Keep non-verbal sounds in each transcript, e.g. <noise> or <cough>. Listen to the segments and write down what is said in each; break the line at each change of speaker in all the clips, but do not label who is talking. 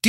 Do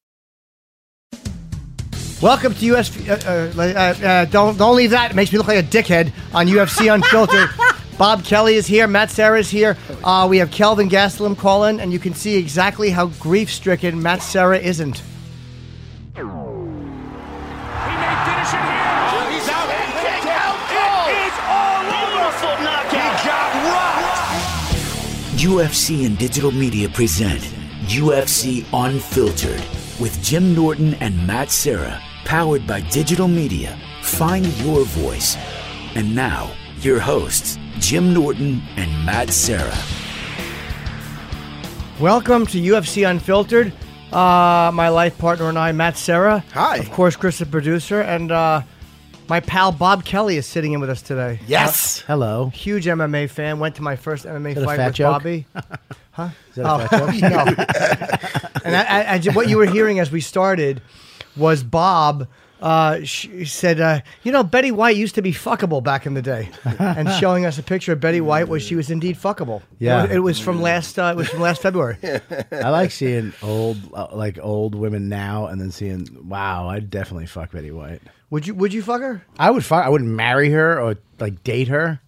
Welcome to UFC. Uh, uh, uh, uh, don't don't leave that. It makes me look like a dickhead on UFC Unfiltered. Bob Kelly is here. Matt Sarah is here. Uh, we have Kelvin Gastelum calling, and you can see exactly how grief-stricken Matt Sarah isn't.
He may finish it here. he's out. Kick out cold. It is all Beautiful over. knockout. He got rocked.
UFC and digital media present UFC Unfiltered with Jim Norton and Matt Serra, powered by digital media. Find your voice. And now, your hosts, Jim Norton and Matt Serra.
Welcome to UFC Unfiltered. Uh, my life partner and I, Matt Serra.
Hi.
Of course, Chris, the producer, and uh, my pal Bob Kelly is sitting in with us today.
Yes. <laughs>
Hello.
Huge MMA fan. Went to my first MMA
that a
fight
fat
with
joke? <laughs>
Bobby.
Is that a fat
<laughs>
joke?
No. and I, I, I ju- what you were hearing as we started was Bob. Uh, she said, uh, "You know, Betty White used to be fuckable back in the day,"
<laughs>
and showing us a picture of Betty White where she was indeed fuckable.
Yeah.
it, was from last. Uh, it was from last February.
I like seeing old, uh, like old women now, and then seeing, wow, I'd definitely fuck Betty White.
Would you? Would you fuck her?
I would fuck. I wouldn't marry her or like date her.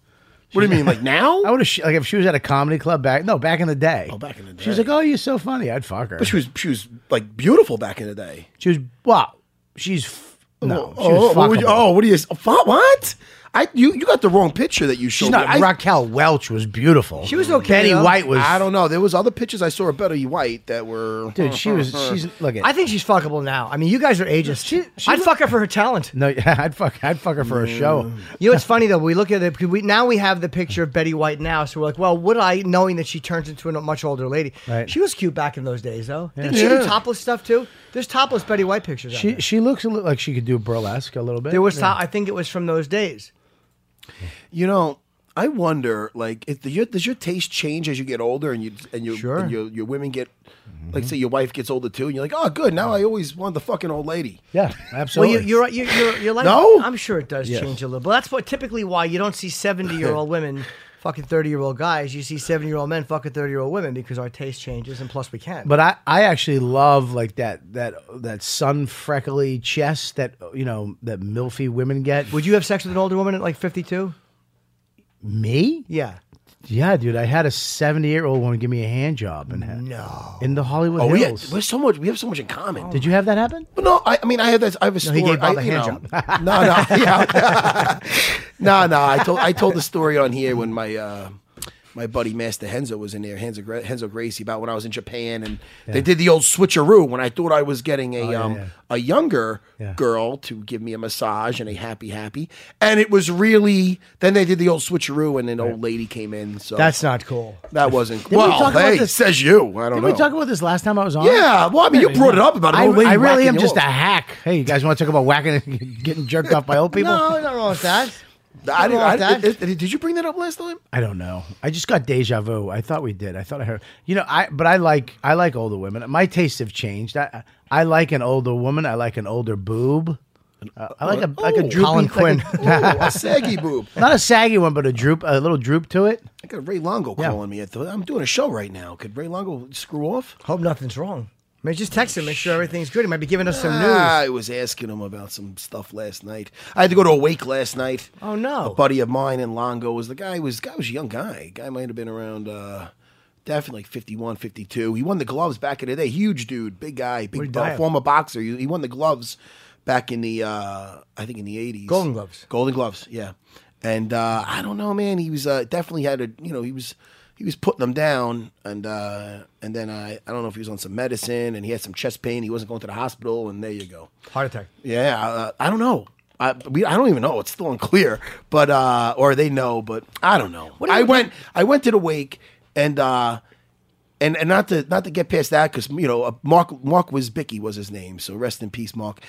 What do you mean, like now?
I would have like if she was at a comedy club back. No, back in the day. Oh,
back in the
She was
day.
like, oh, you're so funny. I'd fuck her.
But she was she was like beautiful back in the day.
she was wow. She's f- no. She
oh,
was
what would you-
fuckable.
oh, what do you? What? what? I you you got the wrong picture that you showed.
she's not.
me. I,
Raquel Welch was beautiful.
She was okay,
Betty
though.
White was.
I don't know. There was other pictures I saw of Betty White that were.
Dude, she was. She's look at.
I think she's fuckable now. I mean, you guys are ageist.
She- she
I'd
look-
fuck her for her talent.
no, <laughs> yeah, I'd fuck. I'd fuck her for a show.
Mm.
You know, it's funny though. We look at it because we now we have the picture of Betty White now, so we're like, well, would I, knowing that she turns into a much older lady?
Right.
She was cute back in those days, though. Didn't she do
Yeah.
topless stuff too? There's topless Betty White pictures. out
She
there.
she looks a little like she could do burlesque a little bit.
there was, to- I think it was from those days.
You know, I wonder. Like, if the, your, does your taste change as you get older, and you and you
Sure.
and your, your women get,
Mm-hmm.
like, say your wife gets older too, and you're like, oh, good. Now I always wanted the fucking old lady.
Yeah,
Well,
absolutely.
you, you're right. You, you're, you're like,
No?
I'm sure it does
Yes.
change a little. But that's what typically why you don't see 70 year
<laughs>
old women fucking 30 year old guys. You see 70 year old men fucking 30 year old women because our taste changes, and plus we can.
But I, I actually love like that that that sun freckly chest that you know that milfy women get.
would you have sex with an older woman at like 52?
me?
Yeah.
Yeah, dude. I had a seventy year old woman give me a hand job and
No.
in the Hollywood
Oh, we had,
Hills.
we're so much. We have so much in common.
Did you have that happen?
But no, I, I mean, I have that. I have a
he
story.
gave Bob
I,
a
you
hand
know. <laughs> No, no, yeah. <laughs> no, no. I told I told the story on here when my uh, my buddy Master Henzo was in there, Henzo, Gra- Henzo Gracie, about when I was in Japan, and they did the old switcheroo when I thought I was getting a um,
Oh, yeah.
a younger
Yeah.
girl to give me a massage and a happy happy, and it was really. Then they did the old switcheroo, and an old lady came in. So
That's not cool.
that wasn't.
we talk
Well,
about
hey,
this-
says you. I don't
Did
know.
we talk about this last time I was on?
yeah, well, I mean, you brought it up about an
I,
old lady
I really
whacking
am
you
just a
over.
hack. Hey, you guys want to talk about whacking and <laughs> getting jerked off by old people?
No, nothing wrong with that.
I didn't, I,
Something like
did, did, did you bring that up last time?
I don't know. I just got deja vu. I thought we did. I thought I heard. You know, I but I like I like older women. My tastes have changed. I I like an older woman. I like an older boob. Uh, I like a like a
oh,
droopy,
Colin
like a-
Ooh, a saggy boob.
<laughs> not a saggy one, but a droop, a little droop to it.
I got Ray Longo
Yeah.
calling me. I thought, I'm doing a show right now. Could Ray Longo screw off?
Hope nothing's wrong. I mean, just text him, make sure everything's good. He might be giving us some
Ah,
news.
I was asking him about some stuff last night. I had to go to a wake last night.
Oh, no.
A buddy of mine in Longo was the guy was guy was a young guy. Guy might have been around uh, Definitely 51, 52. He won the gloves back in the day. Huge dude, big guy,
Where'd he
big
die
bo-
of?
former boxer. He, he won the gloves back in the uh, I think in the 80s.
Golden Gloves.
Golden Gloves, yeah. And uh, I don't know, man. He was uh, definitely had a you know he was he was putting them down, and uh, and then I I don't know if he was on some medicine and he had some chest pain. He wasn't going to the hospital, and there you go.
Heart attack.
Yeah, uh, I don't know. I we, I don't even know. It's still unclear. But uh, or they know, but I don't know. I went I went to the wake and uh, and and not to not to get past that because you know uh, Mark Mark was Bicky was his name. So rest in peace, Mark.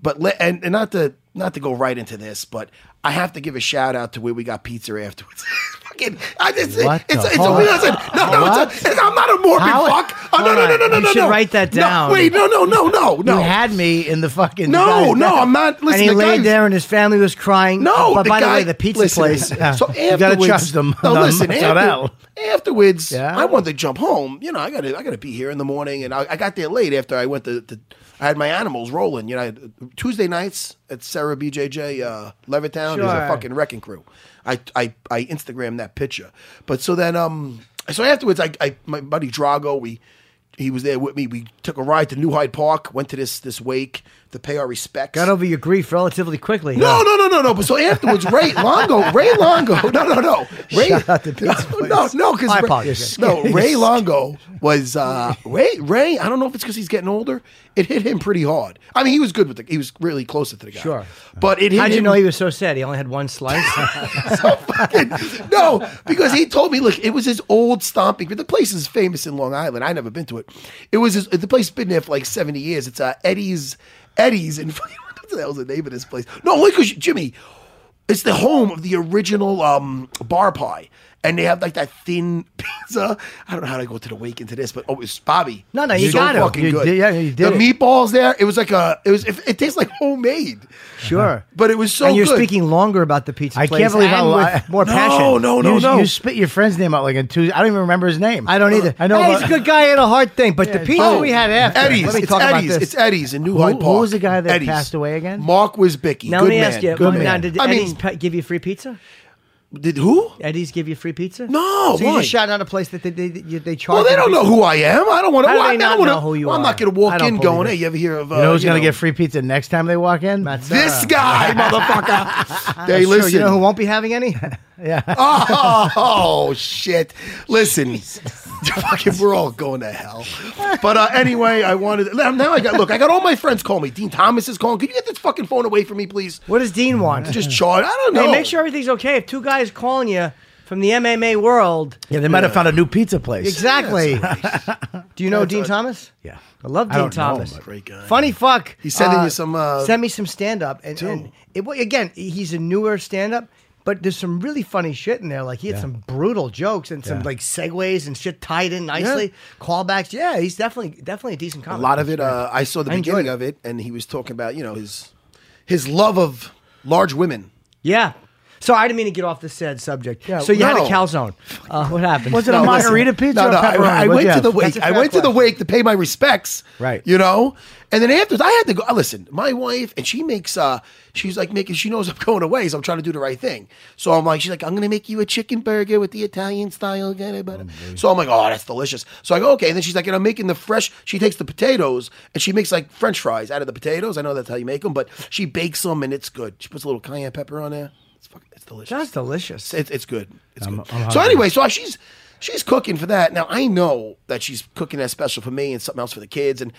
But le- and, and not to not to go right into this, but I have to give a shout out to where we got pizza afterwards. <laughs> Fucking, I just,
What
it's,
the
it's,
fuck?
a, listen, no, no, it's a- it's- I'm not a morbid
How-
fuck. Oh, no,
Hold
no, no,
on.
no, no,
You
no,
should
no.
write that
No,
down.
wait, no, no, no, no, no.
You had me in the fucking.
No, no, I'm not.
and
Listen,
he
the
laid
guy-
there, and his family was crying.
No,
but by the
guy-
way, the pizza
listen,
place.
So
uh, You gotta
afterwards,
trust Um, them.
<laughs>
No,
Them.
listen.
That's not
after- afterwards,
Yeah.
I wanted to jump home. You know, I gotta, I gotta be here in the morning, and I, I got there late after I went to, to I had my animals rolling. You know, I had, uh, Tuesday nights at Sarah BJJ uh, Levittown is
Sure.
a fucking wrecking crew. I, I, I Instagram that picture, but so then, um, so afterwards, I, I, my buddy Drago, we. He was there with me. We took a ride to New Hyde Park. Went to this this wake to pay our respects.
Got over your grief relatively quickly.
No, no, no, no, no. But so afterwards, Ray Longo, Ray Longo, <laughs> no, no, no, Ray,
Shout out to Pizza
no, no,
Place.
no,
I
because
apologize. <laughs>
no, Ray Longo was uh, Ray. Ray, I don't know if it's because he's getting older. It hit him pretty hard. I mean, he was good with the, he was really close to the guy.
Sure.
but it hit
How'd you
him-
know he was so sad? He only had one
<laughs>
slice.
so fucking <laughs> no, because he told me, look, it was his old stomping. The place is famous in Long Island. I never been to it. It was his, the place been there for like seventy years. It's uh, Eddie's, Eddie's, and fucking <laughs> what the hell's the name of this place? No, look, 'cause Jimmy, it's the home of the original um, bar pie. And they have like that thin <laughs> pizza. I don't know how to go to the wake into this, but oh, it's Bobby.
No, no, you
so
gotta.
fucking
You
good.
did- yeah, you
The
did it.
meatballs there. It was like a. It was. It, it tastes like homemade,
sure.
but it was so.
and you're
good.
speaking longer about the pizza
I
place.
can't believe
and
how li- <laughs>
with more
No,
passion.
no, no,
you,
no.
You spit your friend's name out like in two. I don't even remember his name.
I don't either.
I know.
Hey,
about-
he's a good guy and a hard thing, but the pizza
Oh,
we had after.
Eddie's.
Let me
it's
talk
Eddie's.
about this.
It's Eddie's in New
Who-
Hyde
who
Park.
was the guy that
Eddie's.
passed away again?
Mark Wizbicki.
now let
good
me
man.
ask you.
Good
now,
man.
Did
I
Eddie's
mean,
pe- give you free pizza?
did who?
Eddie's give you free pizza?
No,
So you
why?
just shot out a place that they they, they, they charge.
Well, they
you
don't know
pizza?
who I am. I don't want to.
How do
I
they
don't
not
wanna-
know who you
well, I'm
are?
not going to
I
walk
don't
in
believe
going,
it.
hey, you ever hear of? Uh,
You know who's gonna
know,
get free pizza next time they walk in?
That's
This
uh, <laughs>
guy, motherfucker. They
sure,
listen.
You know who won't be having any?
oh, <laughs> oh, shit! Listen, <laughs> fucking, we're all going to hell. But uh, anyway, I wanted. Now I got. Look, I got all my friends call me. Dean Thomas is calling. Could you get this fucking phone away from me, please?
what does
Mm-hmm.
Dean want?
Just charge. I don't know.
Hey, make sure everything's okay. If two guys calling you from the MMA world,
<laughs> Yeah, they might have found a new pizza place.
exactly.
<laughs>
Do you know Dean
a-
Thomas?
Yeah.
I love
I
Dean
don't know him,
Thomas.
but-
Great guy.
Funny fuck.
He's sending you some, uh,
send me some stand up, and, and it, well, again, he's a newer stand up, but there's some really funny shit in there. Like he had some brutal jokes and some
Yeah.
like segues and shit tied in nicely. Callbacks. Yeah, he's definitely definitely a decent
a
comic.
lot of it. Uh, I saw the
I enjoyed
beginning of it, and he was talking about you know his his love of large women.
Yeah. So I didn't mean to get off the sad subject.
Yeah,
so you had a
no.
calzone. Uh, what happened?
Was it a
No,
margarita
listen.
pizza
No,
or
no,
pepperoni?
I, I
What'd
went
you
to
have?
the
That's
wake.
a
I
fair
went to the
question.
wake to pay my respects.
Right.
You know, and then afterwards, I had to go. uh, Listen, my wife, and she makes. uh She's like making. She knows I'm <laughs> going away, so I'm trying to do the right thing. So I'm like, she's like, I'm gonna make you a chicken burger with the Italian style. yada, yada.
Mm-hmm.
So I'm like, oh, that's delicious. So I go, okay. And then she's like, and I'm making the fresh. She takes the potatoes and she makes like French fries out of the potatoes. I know that's how you make them, but she bakes them and it's good. She puts a little cayenne pepper on there. It's fucking. It's delicious.
That's delicious.
It's, it's, it's good. It's good.
I'm
so
hungry.
anyway, so she's she's cooking for that. Now I know that she's cooking that special for me and something else for the kids. And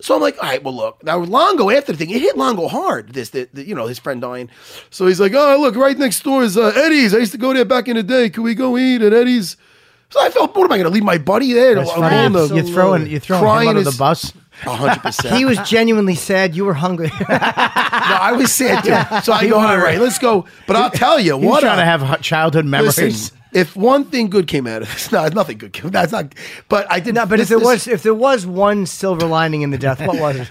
so I'm like, all right, well look. Now Longo after the thing, it hit Longo hard. This, the, the- you know, his friend dying. So he's like, oh look, right next door is uh, Eddie's. I used to go there back in the day. Could we go eat at Eddie's? So I felt, what am I going to leave my buddy there?
That's
alone?
funny.
Absolutely.
You're throwing you're throwing
Crying
him under
is-
the bus.
A hundred percent.
<laughs> He was genuinely sad. You were hungry. <laughs>
No, I was sad too. So I go, all right, let's go. But I'll tell you,
He was
what
trying
a-
to have hu- childhood memories.
Listen, if one thing good came out of this, <laughs> no, nothing good came. That's not. But I did.
no, but
this-
if there
this-
was if there was one silver lining in the death, what
<laughs>
was it?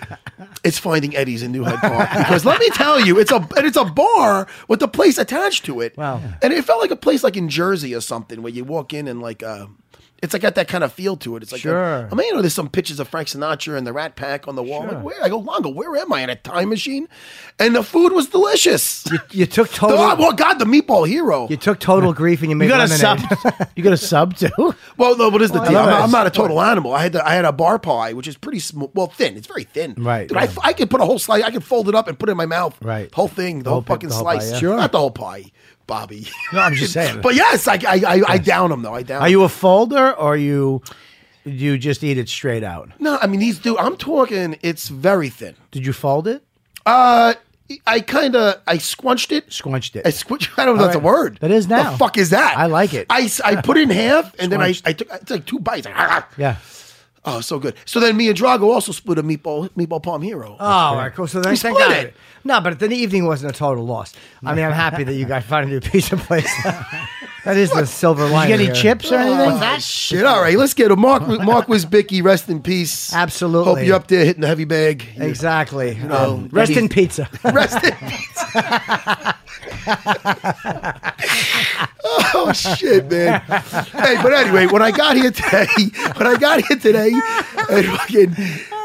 it's finding Eddie's in New Hyde Park because let me tell you, it's a and it's a bar with a place attached to it.
Wow.
And it felt like a place like in Jersey or something where you walk in and like. Uh, it's like got that kind of feel to it. It's like,
Sure.
I mean, you know, there's some pictures of Frank Sinatra and the Rat Pack on the wall. I'm like, where? I go, Longo, where am I in a time machine? And the food was delicious.
You took
Oh,
total.
well, God, the meatball hero.
you took total grief and you made
You got a sub. <laughs>
lemonade.
you got a sub too.
Well, no, but is the
Well,
deal?
I
I'm,
love
not-
it.
I'm not a total animal. I had the, I had a bar pie, which is pretty sm- well thin. It's very thin.
Right,
Dude, I,
yeah.
I could put a whole slice. I could fold it up and put it in my mouth.
Right.
The whole thing, the,
The
whole,
whole pi-
fucking
the whole pie,
slice.
yeah.
Sure. Not the whole pie, Bobby.
No, I'm
<laughs>
just saying.
but yes, I I, I, I down them though. I down.
Are you a folder or you do you just eat it straight out?
No, I mean these. Dude, I'm talking. It's very thin.
Did you fold it?
Uh, I kind of I squunched it.
Squinched it.
I squinched. <laughs> I don't know if that's
All
a
right.
word.
That is now.
The fuck is that?
I like it.
I, s- I put it in half and then I,
Squinched.
I took it's like two bites. <laughs> Like,
yeah.
Oh, so good. So then me and Drago also split a meatball meatball palm hero.
<laughs> Oh, all right, cool. So then,
We
thank
split
God.
it.
No, but the evening wasn't a total loss. I mean, I'm happy that you guys found a new pizza place. that is the silver
Did you
lining.
get any
here.
chips or anything?
Ah, shit. All right, let's get a
<laughs>
Mark Mark Wisbicki, rest in peace.
Absolutely.
Hope you're up there hitting the heavy bag.
Exactly.
know,
Um, rest in pizza.
Rest in
<laughs>
peace. oh shit, man. Hey, but anyway, when I got here today, <laughs> when I got here today, and fucking.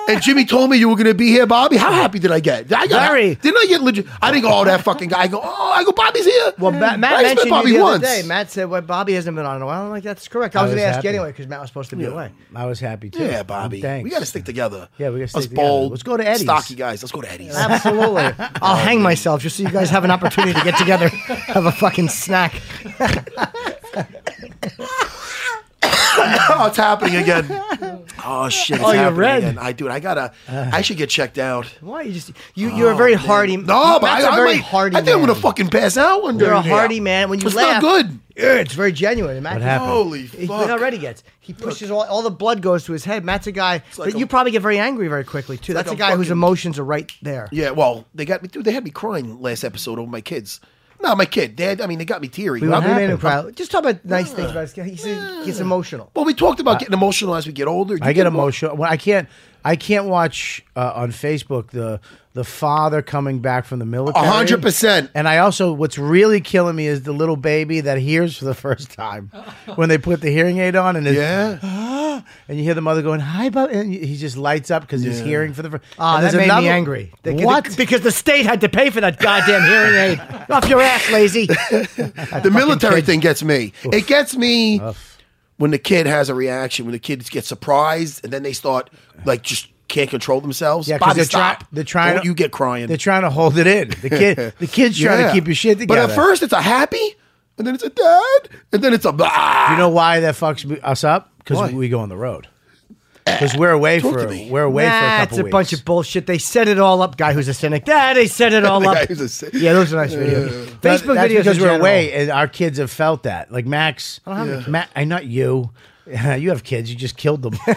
And Jimmy told me you were gonna be here, Bobby. How happy did I get? I got,
Very.
Didn't I get legit? I didn't go, oh, that fucking guy. I go, oh, I go, Bobby's here.
Well, <laughs> Matt, Matt
I just met
mentioned
Bobby
you the
once.
other day. Matt said, "Well, Bobby hasn't been on in a while." I'm like, "That's correct." I, was,
was
going to ask you
happy.
anyway because Matt was supposed to be away.
I was happy too.
Yeah, Bobby.
Thanks.
We got to stick together.
Yeah, we gotta stick
Us
together.
bold,
Let's go to Eddie's.
Stocky guys. Let's go to Eddie's.
Absolutely. I'll hang myself Oh, just so you guys have an opportunity to get together, have a fucking snack.
oh, <laughs> it's happening again. Oh shit! It's
Oh, you're
happening
red.
Again. I dude, I gotta. I should get checked out.
Why you just you? You're a very hardy.
No, but I,
Matt's a
I
very
might-
hardy.
I think I'm
man.
gonna fucking pass out one day.
You're a hardy man. When you
it's
laugh,
not good.
Yeah, it's very genuine. And Matt
What
can-
happened?
Holy
He, he
fuck!
already gets. He pushes all, all the blood goes to his head. Matt's a guy,
like
but
a-
you probably get very angry very quickly too.
like
That's
a
a guy whose
fucking-
emotions are right there.
Yeah, well, they got me. Dude, they had me crying last episode over my kids. No, my kid. Dad. I mean, they got me teary.
we
Well,
we made him
I'm-
cry. Just talk about nice things about. His, he's, he gets emotional.
Well, we talked about getting emotional as we get older.
I get emotional. Well, I can't. I can't watch uh, on Facebook the the father coming back from the military.
100%.
And I also, what's really killing me is the little baby that hears for the <laughs> first time when they put the hearing aid on, and is,
Yeah.
<gasps> and you hear the mother going, "Hi, Bob," and he just lights up because he's hearing for the first.
Ah, that made me angry. They- they-
what?
because the state had to pay for that goddamn hearing
<laughs>
aid. Off your ass, lazy.
the military thing gets me. It gets me when the kid has a reaction, when the kids get surprised, and then they start like just can't control themselles.
Yeah, 'cause
Bobby,
they're, try-
stop.
they're trying.
Don't
to-
Oh, you get crying.
They're trying to hold it in. The kid, the kid's trying
Yeah.
to keep your shit
But
together.
at first, it's a happy, and then it's a dad, and then it's a ah. blah. <laughs>
You know why that fucks me- us up?
Why?
Because we go on the road. Because we're away
Talk
for
to me.
we're away for a
That's
couple
a
weeks.
bunch of bullshit. They set it all up. Guy who's a cynic. That they set it all
<laughs> The
up.
guy who's a cynic.
Yeah, those are nice videos.
But
Facebook
that's
videos
because
in
we're
general.
away, and our kids have felt that. Like Max, I don't have Matt, I not you. <laughs> You have kids. You just killed them.
<laughs> They're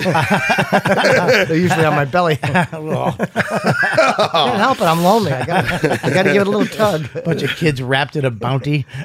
usually on my
<laughs>
belly. <laughs> Can't help it. I'm lonely. I got. I got to give it a little tug.
a <laughs> bunch of kids wrapped in a bounty.
<laughs>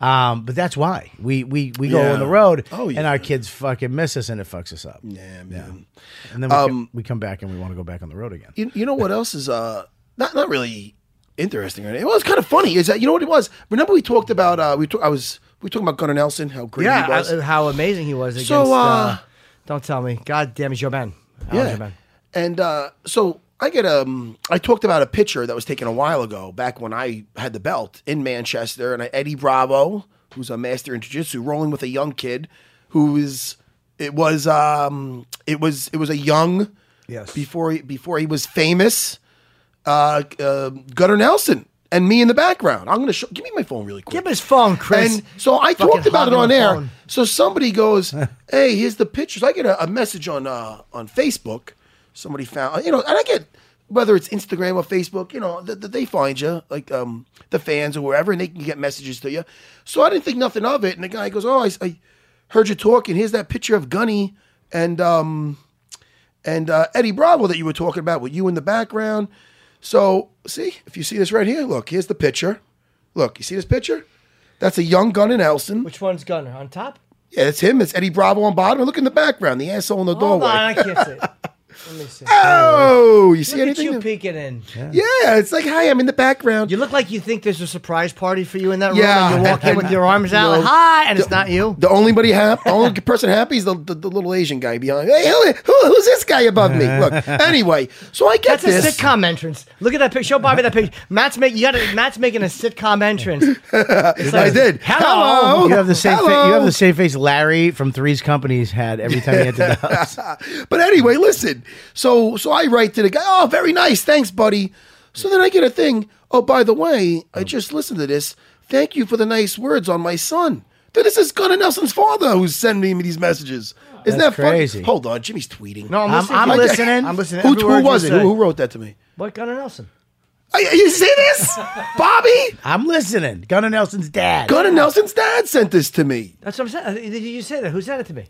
um, but that's why we we we go
Yeah.
on the road,
Oh,
and
yeah.
our kids fucking miss us, and it fucks us up.
Yeah, man. Um,
And then we, come, we come back, and we want to go back on the road again.
You, you know what else is uh not not really interesting or anything. It was kind of funny. Is that you know what it was? Remember we talked about uh we talk, I was we talking about Gunnar Nelson how great
Yeah,
he was.
uh, how amazing he was against.
So,
uh,
uh,
don't tell me. God damn it, Joban.
Yeah.
Joban.
And uh, so I get um I talked about a picture that was taken a while ago back when I had the belt in Manchester and I, Eddie Bravo, who's a master in jiu-jitsu, rolling with a young kid who is it was um it was it was a young
Yes.
before he before he was famous uh, uh Gutter Nelson and me in the background. I'm going to show give me my phone really quick.
Give him his phone, Chris.
And so I
Fucking
talked about it
hogging
on
the
air.
phone.
So somebody goes, "Hey, here's the pictures." I get a, a message on uh, on Facebook. Somebody found, you know, and I get whether it's Instagram or Facebook, you know, th- th- they find you, like um, the fans or wherever, and they can get messages to you. So I didn't think nothing of it. And the guy goes, "Oh, I, s- I heard you talking. Here's that picture of Gunny and um, and uh, Eddie Bravo that you were talking about with you in the background. So, see, if you see this right here, look, here's the picture. Look, you see this picture? That's a young gun in Elson.
Which one's Gunner? On top?
Yeah, it's him. It's Eddie Bravo on bottom. And look in the background, the asshole in the
Hold
doorway.
on, I kiss it. Let me
<laughs>
see.
Oh, you see
Look at
anything?
you peeking in.
yeah, it's like hi, I'm in the background.
You look like you think there's a surprise party for you in that
Yeah.
room, and you walk in with your arms out,
<laughs> No.
like, hi, and it's not you.
The only buddy hap- the only <laughs> person happy is the, the, the little Asian guy behind. Hey, who, who- who's this guy above me?
<laughs>
Look, anyway, so I get
That's
this.
a sitcom entrance. Look at that picture. Show Bobby that picture. Matt's make you got to Matt's making a sitcom entrance.
<laughs>
It's
I
like,
did.
Hello.
You have the same. Fa- you have
Hello.
the same face Larry from Three's Companies had every time
<laughs>
he entered the house.
But anyway, listen. So so I write to the guy. Oh, very nice. Thanks, buddy. So then I get a thing. Oh, by the way,
Oh.
I just listened to this. Thank you for the nice words on my son. Then This is Gunnar Nelson's father who's sending me these messages. Isn't
That's
that funny?
crazy.
Hold on, Jimmy's tweeting.
No, I'm listening.
I'm- I'm
to you.
listening.
I'm listening.
who,
Every word
who
you
was it?
say.
Who, who wrote that to me?
What Gunnar Nelson?
I, you see
<laughs>
this, Bobby?
I'm listening. Gunnar Nelson's dad.
Gunnar Nelson's dad sent this to me. <laughs>
That's what I'm saying. Uh, Did you say that? Who said it to me?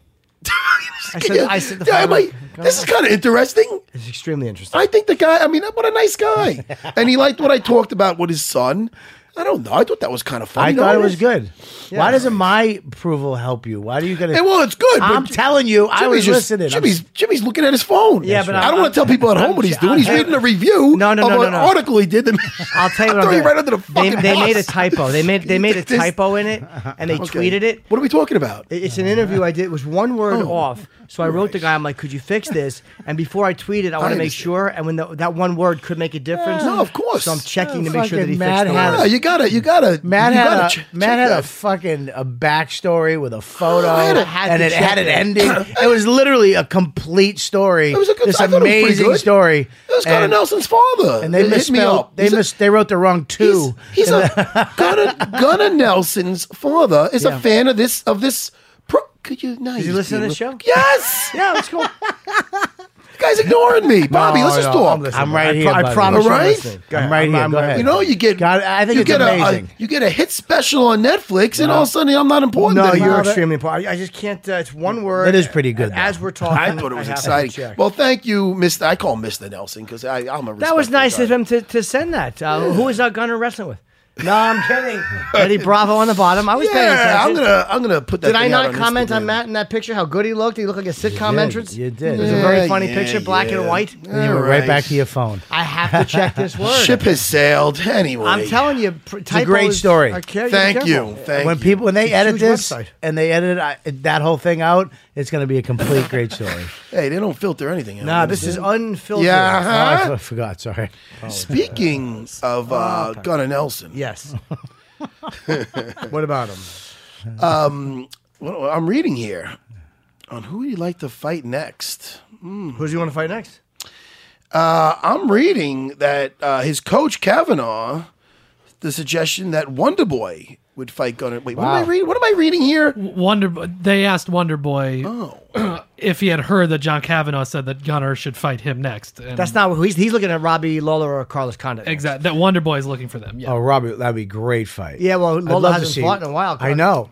I said-
Yeah,
I said the
yeah,
father-
I'm like, this is kind of interesting.
It's extremely interesting.
I think the guy, I mean, what a
<laughs>
nice guy. and he liked what I talked about with his son. I don't know. I thought that was kind of funny.
I
No,
thought it was
is.
good. Why doesn't my approval help you? Why do you got
Hey,
to?
well, it's good. but
I'm telling you, I was
just-
listening. I'm-
Jimmy's, Jimmy's looking at his phone.
Yeah, but
I
I'm-
don't want to tell people at home
I'm-
what he's doing. He's
I'm-
reading a review
No, no, no,
of
no,
an
no.
article he did. That
<laughs> I'll tell you
<laughs> I'll
what I'm
throw you
doing.
right under the
They,
fucking
they made a
bus.
typo. They made they made a
This-
typo in it, and they
<laughs> Okay.
tweeted it.
What are we talking about?
It- It's an interview I did. It was one word
Oh.
off. So I wrote the guy, I'm like, could you fix this? And before I tweet it, I want to make
understand.
sure. And when the, that one word could make a difference.
No, of course.
So I'm checking
Oh,
to make sure that he
fucking Matt
fixed the
had
word.
Yeah, you gotta, you gotta.
Matt
you
had
gotta
a
ch-
Matt
check
had a
that. Oh,
fucking a backstory with a photo,
I had a-
had
and
to
it
check
had an
it.
ending.
<coughs>
it was literally a complete story.
It was a good.
this
I thought it was pretty
amazing
good.
story.
It was Connor
and,
Nelson's father.
and they
It hit me
misspelled.
up.
They
He's a-
mis- They wrote the wrong two.
He's,
<laughs>
he's a Gunnar, Gunnar Nelson's father is
Yeah.
a fan of this of this. Pro- could you? No, Did
you listen to this show?
Yes.
Yeah, let's
<laughs>
go.
You guys ignoring me, Bobby.
No,
let's just
Oh, no,
talk.
I'm listening. I'm right
I,
here,
pro- I
buddy.
promise.
All right.
I'm listening. Go
I'm
ahead.
right here. Go
right
ahead.
You know, you get.
God, I think
you
it's
get a-
amazing.
A, you get a hit special on Netflix, and all of a sudden I'm not important.
No,
anymore.
you're extremely important. I I just can't. Uh, it's one word.
That is pretty good,
And As
though.
we're talking,
I thought it was
have to
exciting.
check.
Well, thank you, Mister. I call him Mister Nelson because I'm a.
that was
respectful
nice
guy.
of him to, to send that. Uh, Who is that Gunner wrestling with? No, I'm kidding. Eddie Bravo on the bottom. I was paying
Yeah,
attention.
I'm gonna I'm gonna put that.
Did I
thing out
not comment on
Instagram.
Matt in that picture? How good he looked. He looked like a sitcom
did.
entrance.
You
It
did.
was a
Yeah,
very funny
yeah,
picture, black and
yeah.
white.
you were right back to your phone.
I have to check this word.
Ship has sailed. Anyway,
I'm telling you, pr- typos
great story.
are care-
Thank
careful.
you. Thank
when
you.
people when they
It's a
edit
huge
this
website.
and they edit I, that whole thing out, it's going to be a complete great story.
Hey, they don't filter anything.
<laughs>
out.
Nah, this is unfiltered.
Yeah.
Oh, I
Uh-huh.
f- forgot. Sorry.
Speaking of
Oh,
uh, Gunnar Nelson,
<laughs>
Yes. what about him?
well, I'm reading here on who you'd like to fight next.
Who do you want to fight next?
Uh, I'm reading that uh, his coach Kavanaugh, the suggestion that Wonder Boy would fight Gunnar. Wait, what am I reading? What am I reading here?
Wonder Bo- they asked Wonder Boy <clears throat> if he had heard that John Kavanaugh said that Gunner should fight him next. And
That's not who he's. He's looking at Robbie Lawler or Carlos Condit.
exactly that Wonder Boy is looking for them. Yeah.
Oh, Robbie, that'd be a great fight.
Yeah, well,
I'd
Lola
love to
hasn't
see-
fought in a while,
I
Carl.
know.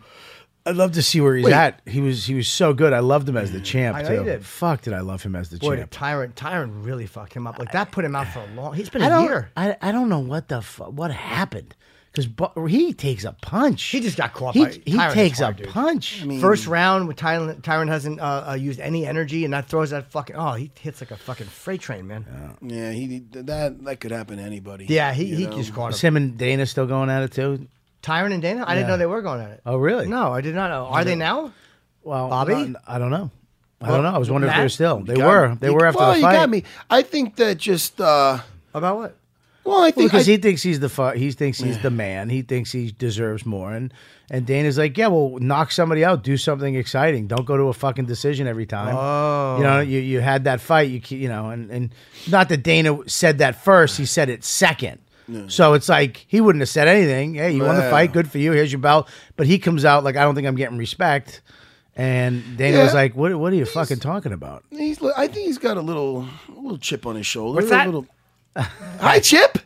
I'd love to see where he's
Wait.
at. He was he was so good. I loved him as the champ
I know
too.
you did.
Fuck, did I love him as the
Boy, did
champ?
Tyrant, Tyrant really fucked him up. Like that put him out for a long. He's been
I
a
don't.
year.
I, I don't know what the fu- what happened because he takes a punch.
He just got caught
He,
by-
he
Tyrant is
takes
hard,
a
dude.
punch.
First round, with Tyron, Tyron hasn't uh, uh, used any energy, and that throws that fucking. Oh, he hits like a fucking freight train, man.
Yeah, he that that could happen to anybody.
Yeah, he,
you
he
know?
just caught
Is
him.
him and Dana still going at it too?
Tyron and Dana? I didn't
Yeah.
know they were going at it.
Oh, really?
No, I did not know. Are they now?
Well,
Bobby?
not- I don't know. I don't know. I was wondering if
Matt?
they're still. They
Got
were.
me.
They
You-
were after
well,
the
you
fight.
got me. I think that just. Uh,
About what?
well, I think
because
I-
he thinks he's the fu- he thinks he's the man. He thinks he deserves more. And and Dana's like, yeah, well, knock somebody out, do something exciting. Don't go to a fucking decision every time. Oh, you know, you, you had that fight. You ke- you know, and and not that Dana said that first. He said it second. So it's like he wouldn't have said anything. Hey, you won the
Yeah.
fight. Good for you. Here's your belt. But he comes out like, I don't think I'm getting respect. And Dana was
Yeah.
like, what What are you fucking talking about?
He's, li- I think he's got a little, a little chip on his shoulder.
What's
a
that?
Little, <laughs> hi, Chip.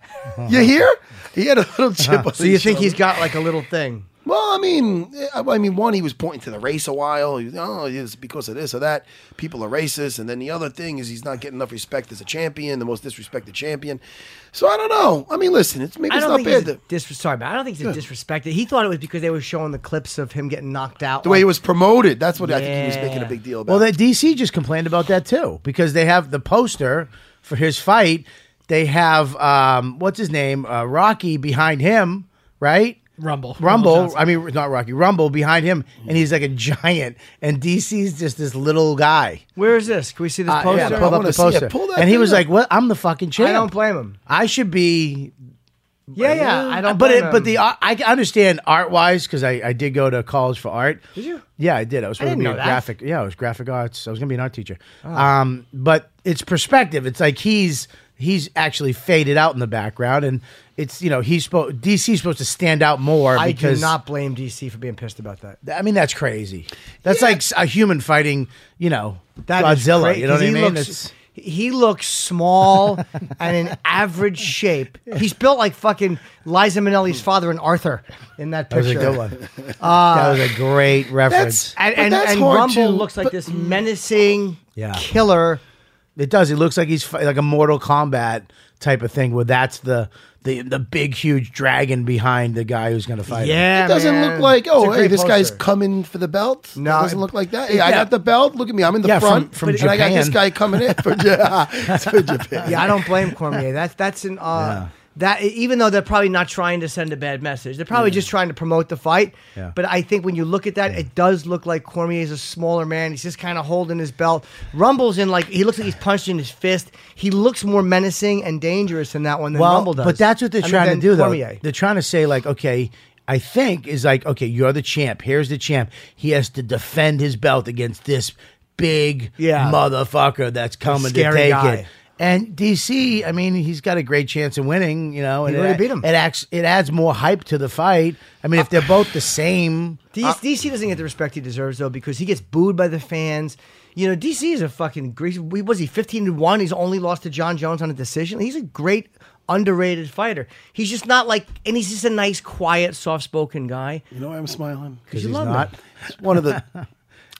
You here? He had a little chip on
So
his
Uh-huh. you think
shoulder.
he's got like a little thing?
Well, I mean, I I mean, one, he was pointing to the race a while. He was, oh, it's because of this or that. People are racist, and then the other thing is he's not getting enough respect as a champion, the most disrespected champion. So I don't know. I mean, listen, it's maybe
I
it's
don't
not
think
bad.
he's a
that-
dis- sorry, but I don't think he's a disrespected. He thought it was because they were showing the clips of him getting knocked out.
the way he was promoted, that's what I think he was
Yeah.
making a big deal about.
Well, that DC just complained about that too because they have the poster for his fight. They have um, what's his name, uh, Rocky, behind him, right?
Rumble. Rumble
Rumble.
Johnson.
I mean, not Rocky. Rumble behind him, and he's like a giant, and DC's just this little guy.
Where is this? Can we see this
Uh,
poster?
yeah,
I
pull up
wanna
the
see it.
poster.
Pull that
and he
thing
was
up.
like, "What? I'm the fucking champ.
I don't blame him.
I should be
Yeah, yeah. I don't.
but
blame
it, but
him.
the art, I understand art wise because I, I did go to college for art. Did
you?
Yeah, I did. I was supposed
didn't
to be a
know that. Oh.
graphic. Yeah, I was graphic arts. I was gonna be an art teacher. Um, but it's perspective. It's like he's he's actually faded out in the background, and it's you know he's supposed DC's supposed to stand out more
I do
because
not blame DC for being pissed about that.
I mean that's crazy. That's like s- a human fighting you know
That is
Godzilla.
great,
you know what
'cause
I
he
mean?
Looks,
It's-
he looks
<laughs>
small and in average shape. He's built like fucking Liza Minnelli's father in Arthur in that
that was
picture.
a
<laughs>
good one.
Uh,
that was a great reference.
And
But
and,
that's
and
hard
Rumble
to-
looks like
but-
this menacing
Yeah.
killer.
It does. It looks like he's fi- like a Mortal Kombat type of thing, where that's the the the big huge dragon behind the guy who's going to fight. him.
Yeah,
It doesn't
man.
look like,
It's
oh,
a
hey,
great
this guy's
poster.
coming for the belt.
No,
No, it doesn't
it-
look like that. Hey, I got the belt. Look at me. I'm in the
Yeah, from-
front.
from
and I got this
Japan.
guy coming in
<laughs>
for, yeah, <laughs> for Japan.
Yeah, I don't blame Cormier. That's that's an uh, that even though they're probably not trying to send a bad message, they're probably just trying to promote the fight.
Yeah.
But I think when you look at that, it does look like Cormier is a smaller man. He's just kind of holding his belt. Rumble's in like he looks like he's punched in his fist. He looks more menacing and dangerous in that one than
well,
Rumble does.
but that's what they're
I mean,
trying
than
to do, though.
Cormier.
They're trying to say like, okay, I think is like, okay, you're the champ. Here's the champ. He has to defend his belt against this big
Yeah.
motherfucker that's coming to
scary
take
guy.
it. And DC, I mean, he's got a great chance of winning. You know, and
He would've
it-
beat him.
It acts. It adds more hype to the fight. I mean, if they're both the same.
DC, DC doesn't get the respect he deserves though because he gets booed by the fans. You know, DC is a fucking great. we- Was he fifteen to one? He's only lost to John Jones on a decision. He's a great underrated fighter. He's just not like, and he's just a nice, quiet, soft-spoken guy.
You know why I'm smiling?
Because you
he's
love
not.
him.
It's one of the <laughs>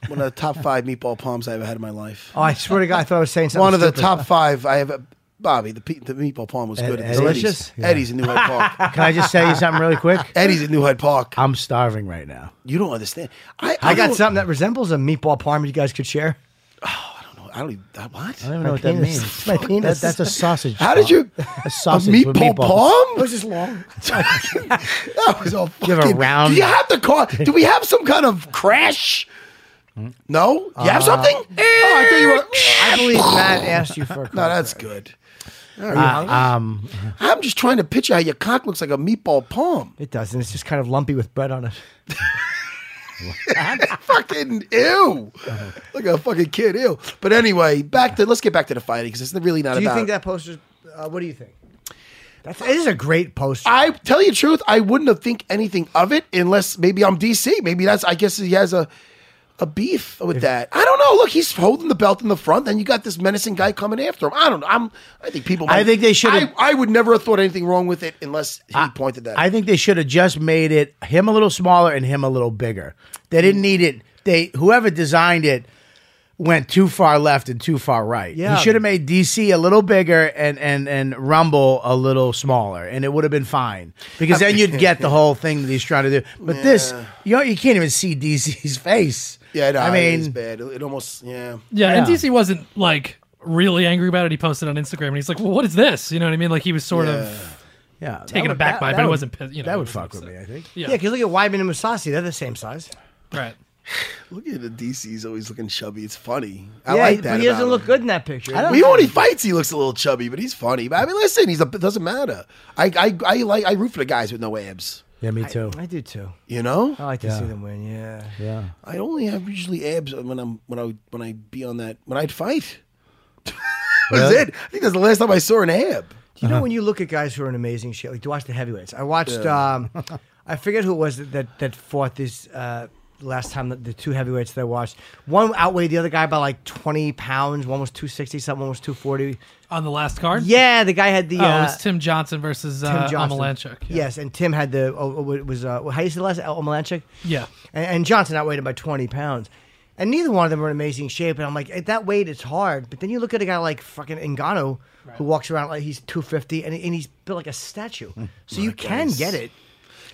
one of the top five meatball palms I ever had in my life.
Oh, I swear to God, I thought I was saying something.
one of the
stupid.
top five I have. Bobby, the, pe- the meatball palm was good. at this
Delicious?
Eddie's. Eddie's in New Hyde Park.
<laughs> Can I just tell you something really quick?
Eddie's in New Hyde Park.
<laughs> I'm starving right now.
You don't understand. I,
I got
don't-
something that resembles a meatball parm. You guys could share.
I don't even. that- What?
I don't even know what that
penis.
means.
My penis.
That, that's a sausage.
How did
palm.
you?
A sausage
meatball,
with meatballs.
palm?
This is long.
<laughs> that was all fucking.
have a round-
Do you have the car? Do we have some kind of crash? No. You have something? oh, I thought you were.
I
<laughs>
believe Matt asked you for. <laughs> A
No, that's good. um, I'm just trying to picture how your cock looks like a meatball palm.
it doesn't. It's just kind of lumpy with bread on it.
<laughs> fucking ew. Like a fucking kid, ew. But anyway, back to let's get back to the fighting because it's really not
Do you
about.
think that poster's? Uh, what do you think? That's, it is a great poster.
I tell you the truth, I wouldn't have think anything of it unless maybe I'm DC. Maybe that's I guess he has a a beef with that. I don't know. Look, he's holding the belt in the front, then you got this menacing guy coming after him. I don't know. I'm I think people.
I think they should've-
I, I would never have thought anything wrong with it unless he pointed that.
I
out.
think they should have just made it him a little smaller and him a little bigger. They didn't need it. They whoever designed it went too far left and too far right.
Yeah.
He should have made DC a little bigger and and and Rumble a little smaller, and it would have been fine because then you'd get the whole thing that he's trying to do. But this, you know, you can't even see DC's face.
yeah, no,
I
it is
mean,
bad. It, it almost yeah.
Yeah, and
Yeah.
DC wasn't like really angry about it. He posted on Instagram and he's like, "Well, what is this?" You know what I mean? Like he was sort of
yeah, that
taken
would-
aback
that-
by, it,
that
but it
would-
wasn't. pissed- You know,
that
it
would fuck
wasn't
with
upset.
me. I think.
yeah, because look at Weidman and Masasi; they're the same size.
Right.
Look at the DC's always looking chubby. It's funny. I
yeah,
like that.
but he doesn't
about
look
him.
good in that picture. I
We only fights. He looks a little chubby, but he's funny. But I mean, listen, he's a. It doesn't matter. I, I, I like. I root for the guys with no abs.
Yeah, me too.
do too.
You know,
I like to see them win. Yeah.
yeah.
I only have usually abs when I'm when I when I be on that when I'd fight. <laughs> That's
Really?
it. I think that's the last time I saw an ab.
Do you
Uh-huh.
know when you look at guys who are in amazing <laughs> shape? Like, do you watch the heavyweights? I watched. um I forget who it was that that, that fought this. Uh, last time that the two heavyweights that I watched. One outweighed the other guy by like twenty pounds. One was two sixty, something. One was two forty.
on the last card.
Yeah, the guy had the.
Oh,
uh,
it was Tim Johnson versus
Tim
uh,
Johnson.
Omalanchuk. Yeah.
Yes, and Tim had the oh, oh, it was uh, how you say the last El Malanchik?
Yeah.
and, and Johnson outweighed him by twenty pounds, and neither one of them were in amazing shape. And I'm like, at that weight, it's hard. But then you look at a guy like fucking Ngannou, who walks around like he's two fifty, and, and he's built like a statue.
Hmm.
So you can get it.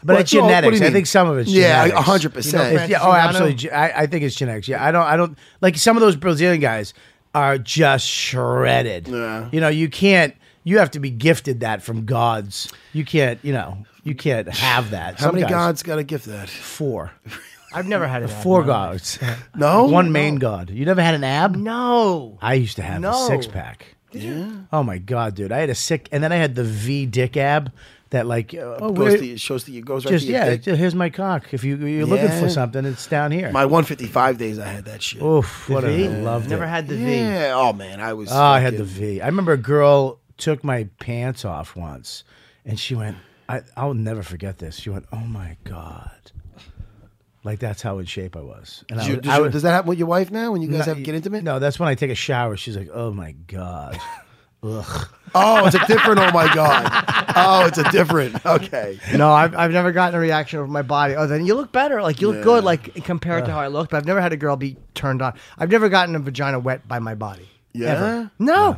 But
Well,
it's
it's all- what do
genetics.
you
I
mean?
think some of it's
Yeah,
genetics.
100%.
It's- yeah, oh,
Francis Ngannou?
absolutely. Ge- I, I think it's genetics. Yeah, I don't. I don't like some of those Brazilian guys are just shredded.
Yeah.
You know, you can't. You have to be gifted that from gods. You can't. You know, you can't have that.
How
Some
many
guys-
gods got a gift that?
Four.
I've never had it.
Four gods.
No,
One main god. You never had an ab?
No.
I used to have a
No.
six pack. Oh my god, dude! I had a sick, and then I had the V dick ab that like uh,
Goes
wait-
to, it shows that it goes Oh, right
just
to your
yeah,
dick.
ju- here's my cock. If you you're looking for
Yeah.
something, it's down here.
My 155 days, I had that shit.
Oof, what
V?
a loved
never
it.
had the V.
yeah. Oh man, I was.
Oh, I had
fucking-
the V. I remember a girl took my pants off once, and she went. I I'll never forget this. She went, "Oh my god." Like that's how in shape I was,
Did
and I,
you-
was-
did
I
you-
was-
does that happen with your wife now when you guys
No,
have get intimate?
No, that's when I take a shower. She's like, "Oh my god." Ugh.
Oh, it's a different. oh my god.
<laughs>
Oh, it's a different. Okay.
<laughs> No, I've, I've never gotten a reaction over my body other than you look better. Like you look good, like compared to how I looked. But I've never had a girl be turned on. I've never gotten a vagina wet by my body.
Yeah.
Ever. No.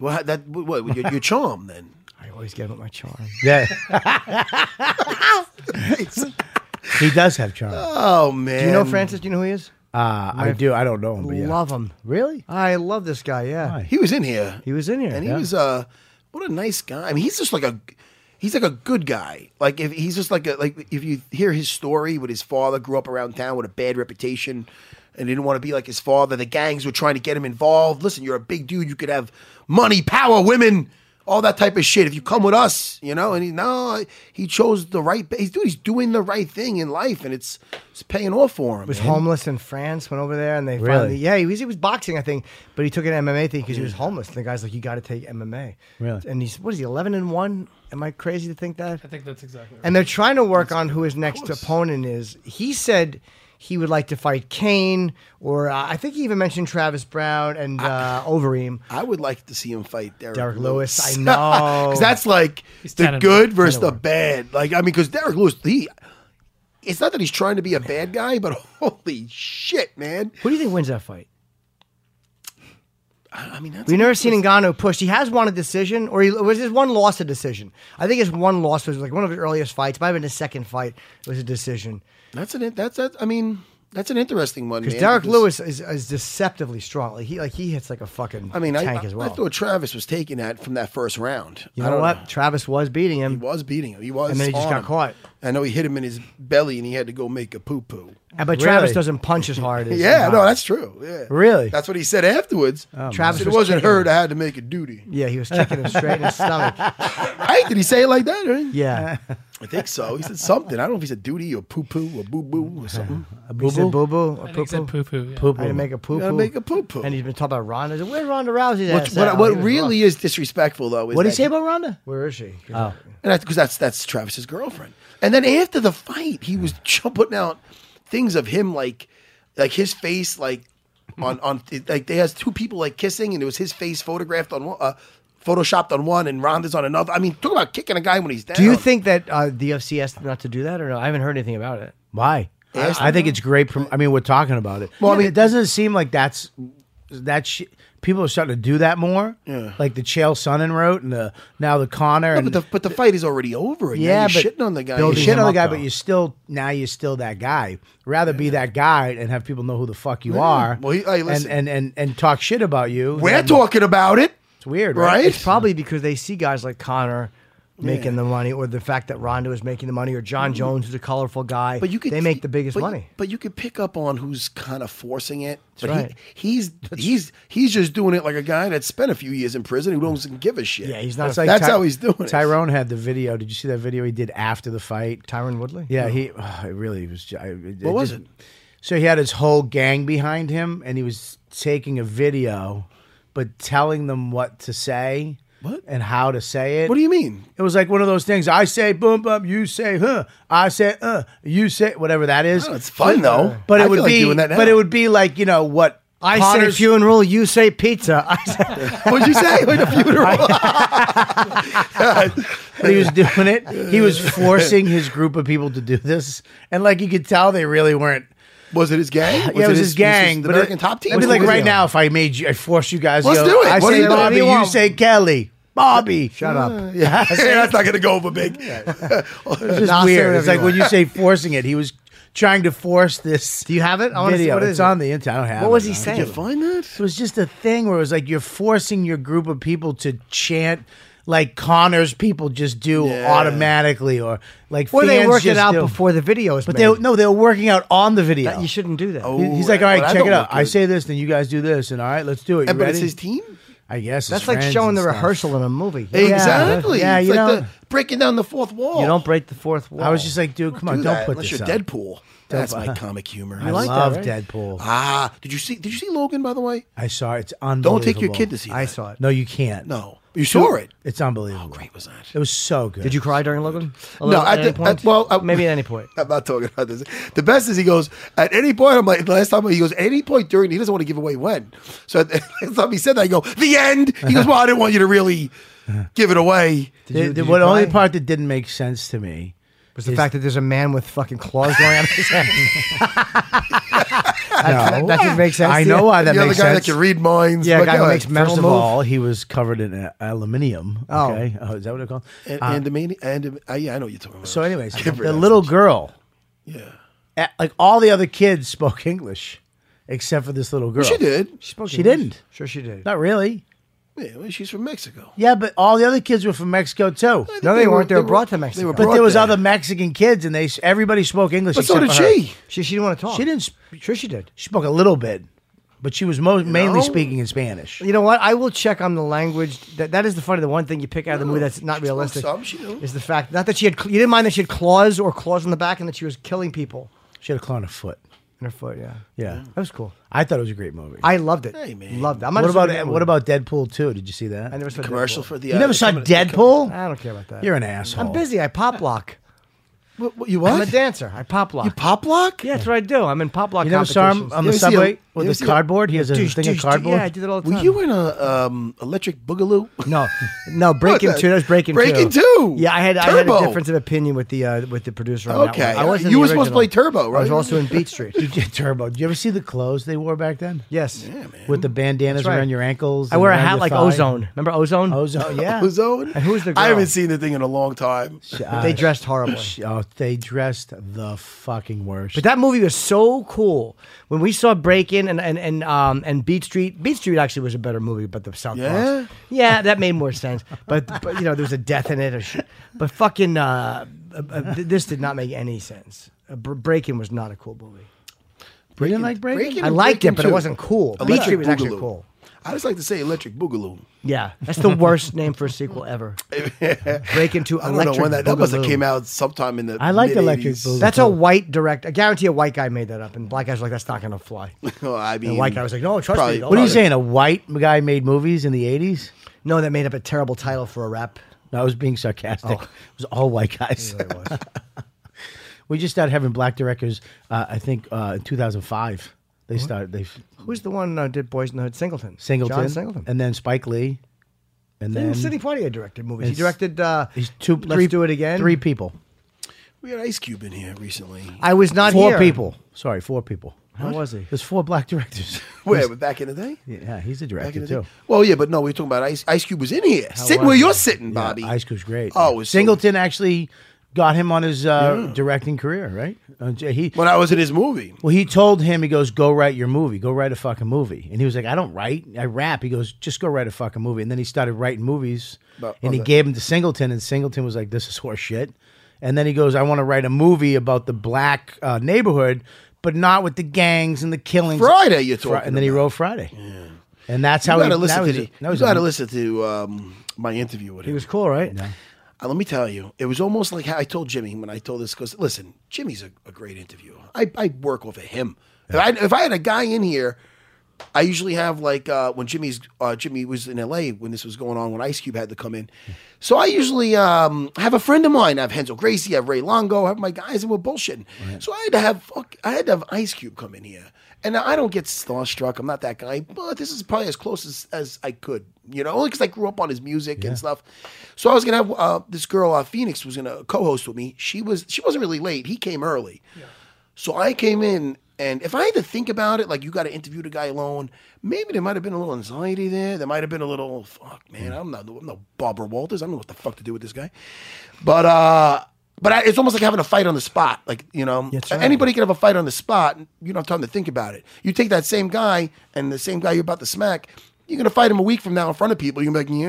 Well, how- that what, your, your charm
<laughs>
then?
I always get it with my charm. <laughs>
Yeah. <laughs> he does have charm.
Oh man.
Do you know Francis? Do you know who he is?
Uh, I do. I don't know him, but yeah.
Love him.
Really?
I love this guy. Yeah,
Why?
He was in here,
he was in here.
and he was uh, what a nice guy. I mean, he's just like a. He's like a good guy. Like if he's just like a like if you hear his story with his father grew up around town with a bad reputation and didn't want to be like his father. The gangs were trying to get him involved. Listen, you're a big dude. You could have money, power, women, all that type of shit. If you come with us, you know. And he no, he chose the right. He's dude. He's doing the right thing in life, and it's it's paying off for him.
was
man.
homeless in France. Went over there and they
Really?
finally. Yeah, he was. He was boxing, I think, but he took an MMA thing because he was homeless. And the guy's like, "You got to take MMA."
Really?
And he's what is he? Eleven and one. Am I crazy to think that?
I think that's exactly right.
And they're trying to work on who his next opponent is. He said he would like to fight Kane, or uh, I think he even mentioned Travis Brown and uh, Overeem.
I would like to see him fight Derek,
Derek Lewis, I
<laughs>
know.
because that's like
He's
the
10 and
good versus the bad. Like I mean, because Derek Lewis, he. It's not that he's trying to be a bad guy, but <laughs> holy shit, man!
Who do you think wins that fight?
I mean, that's
We've never seen Ngannou push. He has won a decision, or he, it was his one loss a decision. I think his one loss was like one of his earliest fights. Might have been his second fight. It was a decision.
that's an that's that. I mean, that's an interesting one.
Because
man,
Derek Lewis is, is deceptively strong. Like he like he hits like a fucking
I mean, I,
tank
I-
as well.
I thought Travis was taking that from that first round.
you
I
know
don't
what? Travis was beating
He
him.
was beating him. He was,
And then he just
on
got
him.
caught.
I know he hit him in his belly, and he had to go make a poo poo.
But Travis
Really?
doesn't punch as hard as
<laughs> Yeah,
Ngannou.
no, that's true. Yeah,
Really?
That's what he said afterwards.
Travis
He said, it
was
wasn't
kicking
hurt. I had to make a duty.
yeah, he was kicking him straight in his
<laughs>
stomach.
Hey, did he say it like that? Or?
Yeah.
I think so. He said something. I don't know if he said duty or poo poo or boo boo or something.
A
He said boo
boo-boo?
boo or
I
poo
think
poo.
poo poo. Yeah.
Poo-poo.
I had to make a poo
You gotta
poo.
make a poo poo.
And he's been talking about Ronda. I said, Where's Ronda Rousey's ass?
what
at?" Oh,
what
he was
really
lost.
is disrespectful though is
What did he
that-
say about Ronda?
Where is she?
Oh.
and that's because that's that's Travis's girlfriend. And then after the fight, he was <laughs> ch- putting out things of him like like his face like on on it- like they has two people like kissing, and it was his face photographed on one, uh, photoshopped on one, and Ronda's on another. I mean, talk about kicking a guy when he's down.
Do you think that uh, the UFC asked him not to do that or no? I haven't heard anything about it.
Why? I,
Ask
I think it's great. Prom- I mean, we're talking about it. Well, I mean, it doesn't seem like that's that sh- people are starting to do that more. Yeah. Like the Chael Sonnen wrote, and the now the Connor.
No,
and
but the but the fight is already over. And
yeah,
yeah,
but
you're shitting on the guy.
You're
You're
shitting
him
on the
up,
guy,
though.
but you're still now you're still that guy. Rather be that guy and have people know who the fuck you are.
Well, he- hey, listen.
and, and and and talk shit about you.
We're
than-
talking about it,
It's weird,
right?
It's probably because they see guys like Connor making the money, or the fact that Rondo is making the money, or John Jones, who's a colorful guy.
Mm-hmm. But you could
they make the biggest
but-
money.
But you could pick up on who's kind of forcing it. but
right.
he, he's he's he's just doing it like a guy that spent a few years in prison who doesn't give a shit.
Yeah, he's not.
It's
a
like
That's
Ty-
how he's doing it.
Tyrone had the video. Did you see that video he did after the fight?
Tyron Woodley.
Yeah, he oh, it really was. ju- I, it,
What was
just-
it?
So he had his whole gang behind him, and he was taking a video, but telling them what to say.
What?
and how to say it.
What do you mean?
It was like one of those things. I say boom bum, you say huh. I say uh, you say whatever that is.
Oh, it's fun, though.
But
I
it
feel
would
like
be
doing that now.
but it would be like, you know, what
I
Connor's-
say funeral, you say pizza. <laughs> I say,
What'd you say?
<laughs>
Like a funeral.
but <laughs> he was doing it. He was forcing his group of people to do this, and like you could tell, they really weren't.
was it his gang?
yeah, it was his, gang,
The
but
American
it,
top team.
I'd be
What
like
was
right
it?
now, if I made you, I forced you guys. to
Let's
go,
do it.
I
What do you
say
do?
Bobby,
What do you
you
want?
say Kelly. Bobby, shut up. <laughs>
Yeah, <laughs> that's not gonna go over big. <laughs>
It's just
Nah, say
weird.
whatever
It's like
you
when you say forcing it, he was trying to force this.
do you have it? I wanna see-
video.
what is
it's
it?
on the internet. I don't have
What
it,
was he
no.
saying?
find that?
It was just a thing where it was like you're forcing your group of people to chant like Connor's people just do automatically, or like
Or they
fans
work it
just
out
do.
before the video is
But
made. Oh,
they no, they were working out on the video.
That- you shouldn't do that.
He- He's like, all
Oh, Well,
right,
that
check
don't
it out.
look
I
good.
say this, then you guys do this, and all right, let's do it. You
But
ready?
it's his team.
I guess
That's
his
like
friends
showing
and
the
stuff.
rehearsal in a movie.
Exactly.
Yeah,
it's
you
like
know.
the breaking down the fourth wall.
You don't break the fourth wall.
I was just like, dude, come on,
do
not
that
put
unless
this
you're
up.
Deadpool. That's my comic humor.
I
like that,
love
right?
Deadpool.
Ah, did you see? Did you see Logan? By the way,
I saw it. It's unbelievable.
don't take your kid to see.
I
that.
saw it.
No, you can't.
No, you saw it. Oh,
It's unbelievable.
Great was that? <laughs>
It was so good.
Did you cry during Logan? A
No,
little-
I
at uh, any
did- I-
point?
well, I-
maybe at any point.
I'm not talking about this. The best is he goes at any point. I'm like the last time he goes at any point during. He doesn't want to give away when. So at the <laughs> last time he said that, I go the end. He goes, well, I didn't want you to really give it away.
The,
you-
the-
did you
what only
cry?
part that didn't make sense to me
Was the
<laughs>
fact that there's a man with fucking claws going out of his head. that,
No.
that didn't make sense.
I
to you?
know why that
you know, the
makes
guy
sense.
that can read minds.
Yeah,
Like,
guy who
uh,
makes
first
mental
First of
move.
all, he was covered in uh, aluminium.
Oh.
Okay, oh, is that what they're called?
And,
Uh,
and the main and uh, yeah, I know what you're talking about. <laughs>
so, anyways,
can't
the
pronounce
little
it.
girl,
yeah,
uh, like all the other kids, spoke English, except for this little girl.
she did.
She, spoke
She
English.
didn't.
Sure, she did.
Not really.
Yeah, well, she's from Mexico.
Yeah, but all the other kids were from Mexico too.
I think
No, they weren't. They were brought to Mexico.
were
But
But there
brought
was
there.
other Mexican kids, and they everybody spoke English.
But so did
except for her.
she.
She, she didn't want to talk.
She didn't. sp-
Sure, she did.
She spoke a little bit, but she was mo- mainly
know?
speaking in Spanish.
You know what? I will check on the language. That that is the funny. The one thing you pick out of the movie that's not
She spoke
realistic
some, she knew.
is the fact not that she had. cl- You didn't mind that she had claws or claws on the back, and that she was killing people
She had a claw on her foot.
in her foot. Yeah,
Yeah,
that was cool.
I thought it was a great movie.
I loved it.
Hey, man.
Loved it. I'm not
what
a super
about
fan.
what about Deadpool 2? Did you see that?
I never saw
Commercial
Deadpool.
for the.
you
uh,
never
the
saw
coming-
Deadpool?
I don't care about that.
You're an asshole.
I'm busy. I pop lock.
What, what, you what?
I'm a dancer. I pop lock.
You pop lock?
yeah, that's what I do. I'm in pop lock
You never saw him
competitions.
on
You
the
ever see a-
subway
you
with
ever
his
see a-
cardboard? He has a
Douche,
thing
douche,
of
douche.
cardboard.
Yeah, I do that all the
Were
time.
you in a um, electric boogaloo? <laughs>
No, no. Breaking
What the-
two. That was breaking two.
Breaking Two!
Yeah, I had I had a
Turbo.
difference of opinion with the uh, with the producer. On
Okay.
that one. I wasn't.
You
the
were supposed
original.
to play Turbo,
I was
right?
also in Beat Street.
You did Turbo. Did you ever see the clothes they wore back then?
Yes,
With the bandanas
That's right.
around your ankles.
I
and
wear a
around
hat
your
like
thigh.
Ozone. Remember Ozone?
Ozone, yeah.
<laughs>
Ozone?
And who's the
I
girl?
haven't seen the thing in a long time.
Uh,
They
<laughs>
dressed horribly.
Oh, they dressed the fucking worst.
But that movie was so cool. When we saw Break In and and and, um, and Beat Street, Beat Street actually was a better movie, but the South
Yeah?
Bronx. Yeah, that made more sense. But, but you know, there was a death in it. Or shit. But fucking, uh, uh, uh, th- this did not make any sense. Uh, Br- Break In was not a cool movie.
you didn't like breaking?
Breaking
I
and
liked
Breaking
it, but
Two.
it wasn't cool. Beat
Electric
Street was actually
Boogaloo.
cool.
I just like to say electric boogaloo.
Yeah, that's the worst name for a sequel
<laughs>
ever. Break into
I don't
Electric
know when that, that must have
Boogaloo.
came out sometime in the.
I liked Electric
mid-eighties.
Boogaloo.
That's a white director. I guarantee a white guy made that up, and black guys were like, "That's not gonna
<laughs>
fly."
Oh, I mean,
The white guy was like, "No, trust
probably-
me." don't
What are you
worry."
saying? A white guy made movies in the 80s?
No, that made up a terrible title for a Oh. rap.
No, I was being sarcastic. <laughs> It was all white guys. <laughs> we just started having black directors, uh, I think, uh, in 2005. They started, they
Who's the one uh, did Boys in the Hood? Singleton.
Singleton,
John Singleton.
and then Spike Lee, and
then
then
Sidney Poitier directed movies. He
It's-
directed. Uh,
these two,
Let's
three,
do it again.
Three people,
We had Ice Cube in here recently.
I was not
four
here.
people. Sorry, four people.
How was he?
There's four black
<laughs>
directors.
Where, but back in the day?
yeah, he's a
Back in
director
the
too.
day. Well, yeah, but no, we were talking about Ice. Ice Cube was in here, sitting
was
where
he?
you're sitting,
Yeah,
Bobby.
Ice Cube's great.
Oh, it was so-
Singleton actually got him on his uh, directing career, right? Uh, he
When I was in his movie,
Well, he told him, he goes, go write your movie. Go write a fucking movie. And he was like, I don't write. I rap. He goes, just go write a fucking movie. And then he started writing movies.
About-
and he
okay.
gave him to Singleton. And Singleton was like, this is <laughs> horse shit. And then he goes, I want to write a movie about the black uh, neighborhood, but not with the gangs and the killings.
Friday, you're talking.
Fri- and then he
about.
wrote Friday. And that's
You
how he
gotta listen
that
to
was
the,
a- that
You
was a-
gotta listen to um, my interview with him.
He was cool, right?
Uh, let me tell you, it was almost like how I told Jimmy when I told this because listen, Jimmy's a, a great interviewer. I, I work off of him. If, I, if I had a guy in here I usually have like uh, when Jimmy's uh, Jimmy was in LA when this was going on when Ice Cube had to come in. So I usually um, have a friend of mine. I have Hensel Gracie, I have Ray Longo, I have my guys, and we're bullshitting. So I had to have fuck, I had to have Ice Cube come in here, and I don't get starstruck. I'm not that guy, but this is probably as close as, as I could, you know, only because I grew up on his music and stuff. So I was gonna have uh, this girl, uh, Phoenix, was gonna co-host with me. She was she wasn't really late. He came early. So I came in, and if I had to think about it, like you got to interview the guy alone, maybe there might have been a little anxiety there. There might have been a little fuck, man. I'm not, I'm no Barbara Walters. I don't know what the fuck to do with this guy. But uh, but I, it's almost like having a fight on the spot. Like you know, anybody can have a fight on the spot. And you don't have time to think about it. You take that same guy and the same guy you're about to smack. You're gonna fight him a week from now in front of people. You're gonna be like,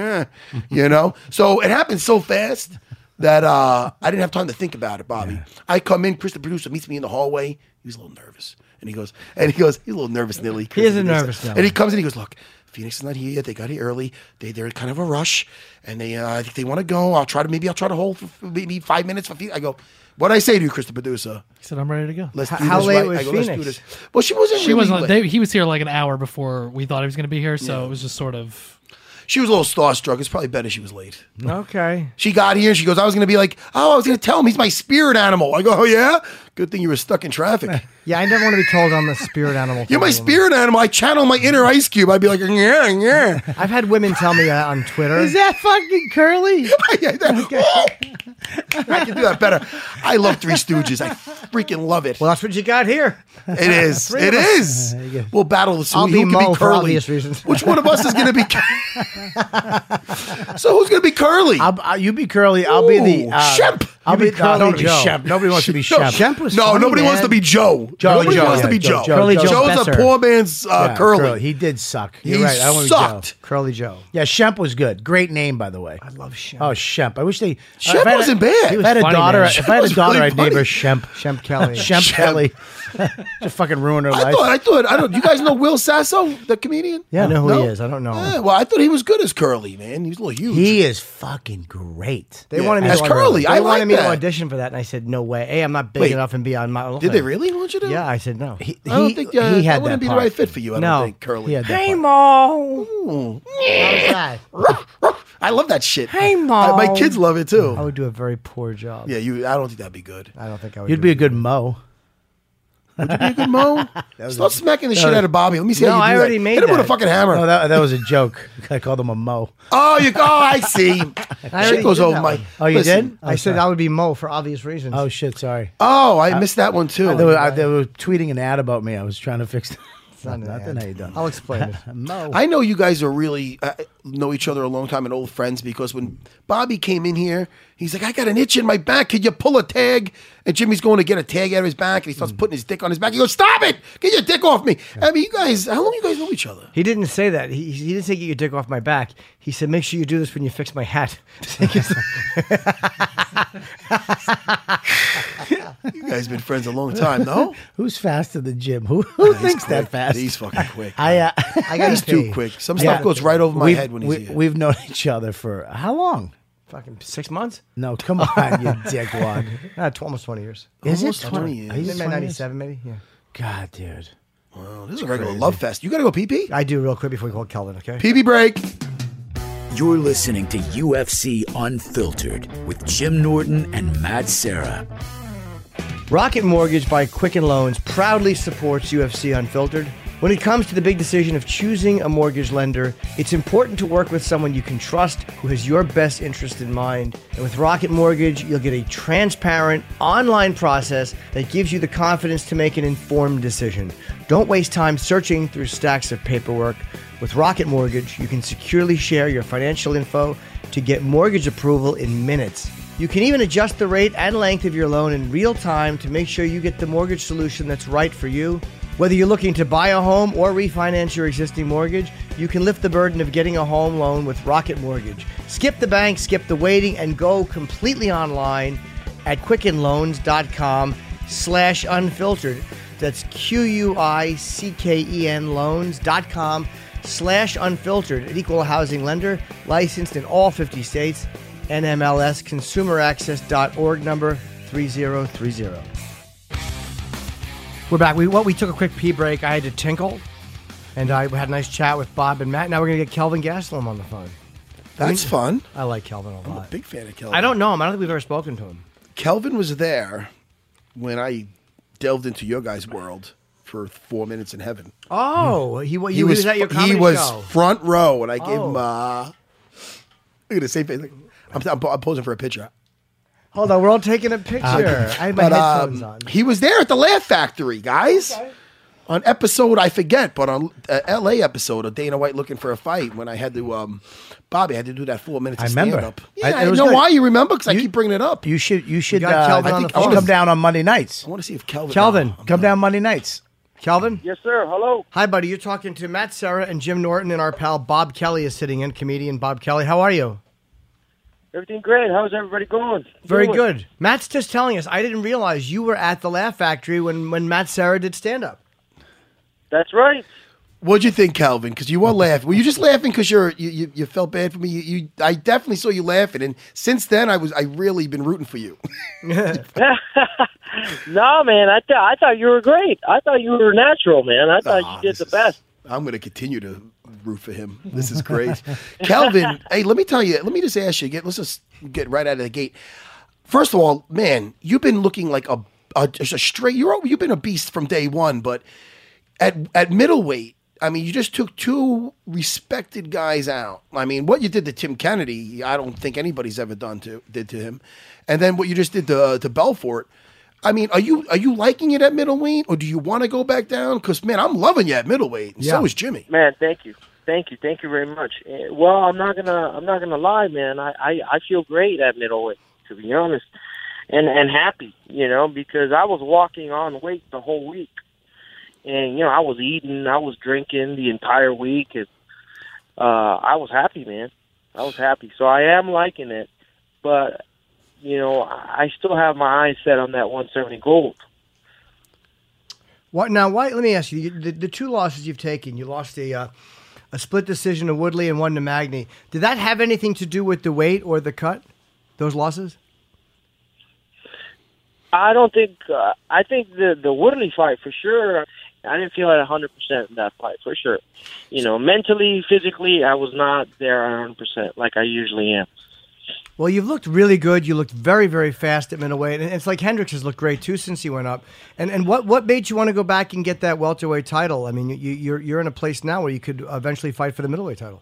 yeah,
<laughs>
you know. So it happens so fast that uh, I didn't have time to think about it, Bobby. I come in, Chris, the producer, meets me in the hallway. He was a little nervous, and he goes, and he goes, he's a little nervous, Nilly. He
is a nervous
and
Nelly.
he comes in, he goes, look. Phoenix is not here yet. They got here early. They they're in kind of a rush, and they uh, I think they want to go. I'll try to maybe I'll try to hold for for maybe five minutes for Phoenix. I go, what I say to you, Chris, the producer?
He said, "I'm ready to go."
Let's
H-
do
how
this
late
right."
was
I go, "Let's do
Phoenix?
this." Well, she wasn't.
She
really
was like,
late.
they, he was here like an hour before we thought he was going to be here, so it was just sort of.
She was a little starstruck. It's probably better she was late.
Okay.
She got here. She goes, I was going to be like, oh, I was going to tell him he's my spirit animal. I go, oh, yeah? Good thing you were stuck in traffic.
Yeah, I never want to be told I'm a spirit animal.
<laughs> You're my spirit animal. I channel my inner ice cube. I'd be like, yeah, yeah. <laughs>
I've had women tell me that on Twitter.
Is that fucking curly?
Yeah, that- I can do that better. I love Three Stooges. I freaking love it.
well, that's what you got here. <laughs>
it is. It is. We'll battle this.
I'll
Who
be
can
Mo
be
for
curly?
obvious reasons.
Which one of us is
<laughs>
going to be? so who's going to be curly?
I'll, I, you be curly. I'll be the.
Ooh,
Uh,
Shemp.
I'll
You
be,
be
no, I uh, don't
Curly
wanna be
Joe.
Shemp. Nobody wants to
<laughs>
be
No,
Shemp.
Shemp was
no
funny,
nobody wants
man.
to be Joe.
Joe,
nobody
Joe,
wants to
yeah,
be
Joe,
Joe.
Joe, Curly Joe's
Joe's a
better.
poor man's uh,
Yeah,
curly.
He did suck. You're
He
right. I don't wanna be
sucked.
Joe.
Curly Joe.
Yeah, Shemp was good. Great name, by the way. I
love Shemp.
Oh, Shemp. I wish they.
Shemp
if I had a-
wasn't bad. He
If
was
I had a
funny,
daughter,
man.
if
Shemp
I had a
was
daughter,
really
I'd name
funny.
her Shemp.
Shemp Kelly.
<laughs> Shemp
<laughs>
Kelly. Just fucking ruin her
I
life.
thought I thought I don't. You guys know Will Sasso, the comedian?
I know who
No?
he is. I don't know.
Yeah, well, I thought he was good as Curly, man. He was a little huge.
He is fucking great.
They
Yeah,
wanted me
as
to
Curly,
They
I
wanted
like
me
that.
to audition for that, and I said no way. Hey, I'm not big
Wait.
enough and beyond my.
Did
<laughs>
they really want you to?
Yeah, I said no.
He,
I don't
he-
think uh,
he had
that wouldn't
that
be
part.
the right fit for you. I
No.
don't think Curly.
He had that part.
Mo.
<laughs> I love that shit.
Hey,
I- my
Mom.
kids love it
I
too.
would do a very poor job.
Yeah, you. I don't think that'd be good.
I don't think I would.
You'd
do
be a good Mo.
You good, <laughs> Mo? Stop smacking the shit out of Bobby. Let me see
No,
how you do
I already
that.
made
Hit him with
that.
a fucking hammer.
Oh, that, that was a joke. <laughs> I called him a Mo.
Oh, you. Oh,
<laughs>
I see.
already
Shit goes
did
over
that
my.
one.
Oh, you
Listen,
did?
it. I said I would be Mo for obvious reasons.
Oh shit! Sorry.
Oh,
Uh,
I missed that one too.
They were, I- they were tweeting an ad about me. I was trying to fix. It. It's
not an
<laughs> nothing.
ad.
How you done?
I'll explain it.
Mo.
I know you guys are really uh, know each other a long time and old friends because when Bobby came in here, he's like, "I got an itch in my back. Can you pull a tag?" And Jimmy's going to get a tag out of his back, and he starts putting his dick on his back. He goes, "Stop it! Get your dick off me!" I mean, you guys, how long you guys know each other?
He didn't say that. He, he didn't say get your dick off my back. He said make sure you do this when you fix my hat. <laughs>
You guys been friends a <laughs> long time, no?
<laughs> Who's faster than Jim? Who, who thinks that fast?
He's
<laughs>
fucking quick.
I. Uh,
I got
he's too quick. Some stuff goes right over my
we've-
head when he's
we,
here.
We've known each other for how long?
Fucking six months. <laughs>
No, come on, you dickwad.
Uh, tw- almost twenty years.
Is it
Almost 20
twenty?
years.
Are you
Maybe
just 20 years?
Ninety-seven, maybe. Yeah.
God, dude.
Oh, this is a regular love fest. You gotta go pee pee.
I do real quick before we call Kelvin. Okay.
Pee pee break.
You're listening to UFC Unfiltered with Jim Norton and Matt Sarah.
Rocket Mortgage by Quicken Loans proudly supports UFC Unfiltered. When it comes to the big decision of choosing a mortgage lender, it's important to work with someone you can trust who has your best interest in mind. And with Rocket Mortgage, you'll get a transparent online process that gives you the confidence to make an informed decision. Don't waste time searching through stacks of paperwork. With Rocket Mortgage, you can securely share your financial info to get mortgage approval in minutes. You can even adjust the rate and length of your loan in real time to make sure you get the mortgage solution that's right for you. Whether you're looking to buy a home or refinance your existing mortgage, you can lift the burden of getting a home loan with Rocket Mortgage. Skip the bank, skip the waiting, and go completely online at quickenloans.com slash unfiltered. That's Q-U-I-C-K-E-N loans.com slash unfiltered. An equal housing lender licensed in all 50 states. NMLS consumeraccess.org number 3030. We're back. We, well, we took a quick pee break. I had to tinkle. And I had a nice chat with Bob and Matt. Now we're going to get Kelvin Gastelum on the phone.
That's fun.
I like Kelvin a
I'm a
lot.
big fan of Kelvin.
I don't know him. I don't think we've ever spoken to him.
Kelvin was there when I delved into your guys' world for four minutes in heaven.
Oh, he, wa- you, he was, at your comedy
he was
show.
front row, and I gave
Oh.
him. Uh, look at the same face. Look, I'm, I'm, I'm posing for a picture.
Hold on, we're all taking a picture. I have my
Uh, But
headphones
um,
on.
he was there at the Laugh Factory, guys. On episode I forget, but on uh, L.A. episode of Dana White looking for a fight when I had to, um, Bobby I had to do that four minutes.
I
of
remember.
Stand-up.
I-
Yeah, I,
it was
know
good.
why you remember because I
You-
keep bringing it up.
You should you should
got
uh,
Kelvin
I
on
think
the
you should
phone.
come down on Monday nights.
I want to see if Kelvin. Oh,
Kelvin,
Come down Monday nights.
Kelvin?
Yes, sir. Hello.
Hi, buddy. You're talking to Matt Serra and Jim Norton, and our pal Bob Kelly is sitting in, comedian Bob Kelly. How are you?
Everything great. How's everybody going?
Very
Doing?
good. Matt's just telling us, I didn't realize you were at the Laugh Factory when, when Matt Serra did stand up.
That's right.
What'd you think, Calvin? Because you were laughing. Were you just laughing because you're you, you, you felt bad for me? You, you I definitely saw you laughing, and since then I was I really been rooting for you.
No, man. I th- I thought you were great. I thought you were natural, man. I thought
Ah,
you did
this
the
is-
best.
I'm going to continue to root for him. This is great, <laughs> Calvin. Hey, let me tell you. Let me just ask you. Get let's just get right out of the gate. First of all, man, you've been looking like a a, just a straight. You're you've been a beast from day one, but at at middleweight. I mean, you just took two respected guys out. I mean, what you did to Tim Kennedy, I don't think anybody's ever done to did to him, and then what you just did to to Belfort. I mean, are you are you liking it at middleweight, or do you want to go back down? Because man, I'm loving you at middleweight. and So is Jimmy.
Man, thank you, thank you, thank you very much. Eh, Well, I'm not gonna, I'm not gonna lie, man. I, I, I feel great at middleweight, to be honest, and and happy, you know, because I was walking on weight the whole week, and you know, I was eating, I was drinking the entire week, and uh, I was happy, man. I was happy, so I am liking it, but you know, I I still have my eyes set on that 170 gold.
What now? Why? Let me ask you: you- the, the two losses you've taken, you lost a uh, a split decision to Woodley and one to Magny. Did that have anything to do with the weight or the cut? Those losses?
I don't think. Uh, I think the the Woodley fight for sure. I didn't feel at hundred percent in that fight for sure. You know, mentally, physically, I was not there at hundred percent like I usually am.
Well, you've looked really good. You looked very, very fast at middleweight, and it's like Hendricks has looked great too since he went up. And and what what made you want to go back and get that welterweight title? I mean, you, you're you're in a place now where you could eventually fight for the middleweight title.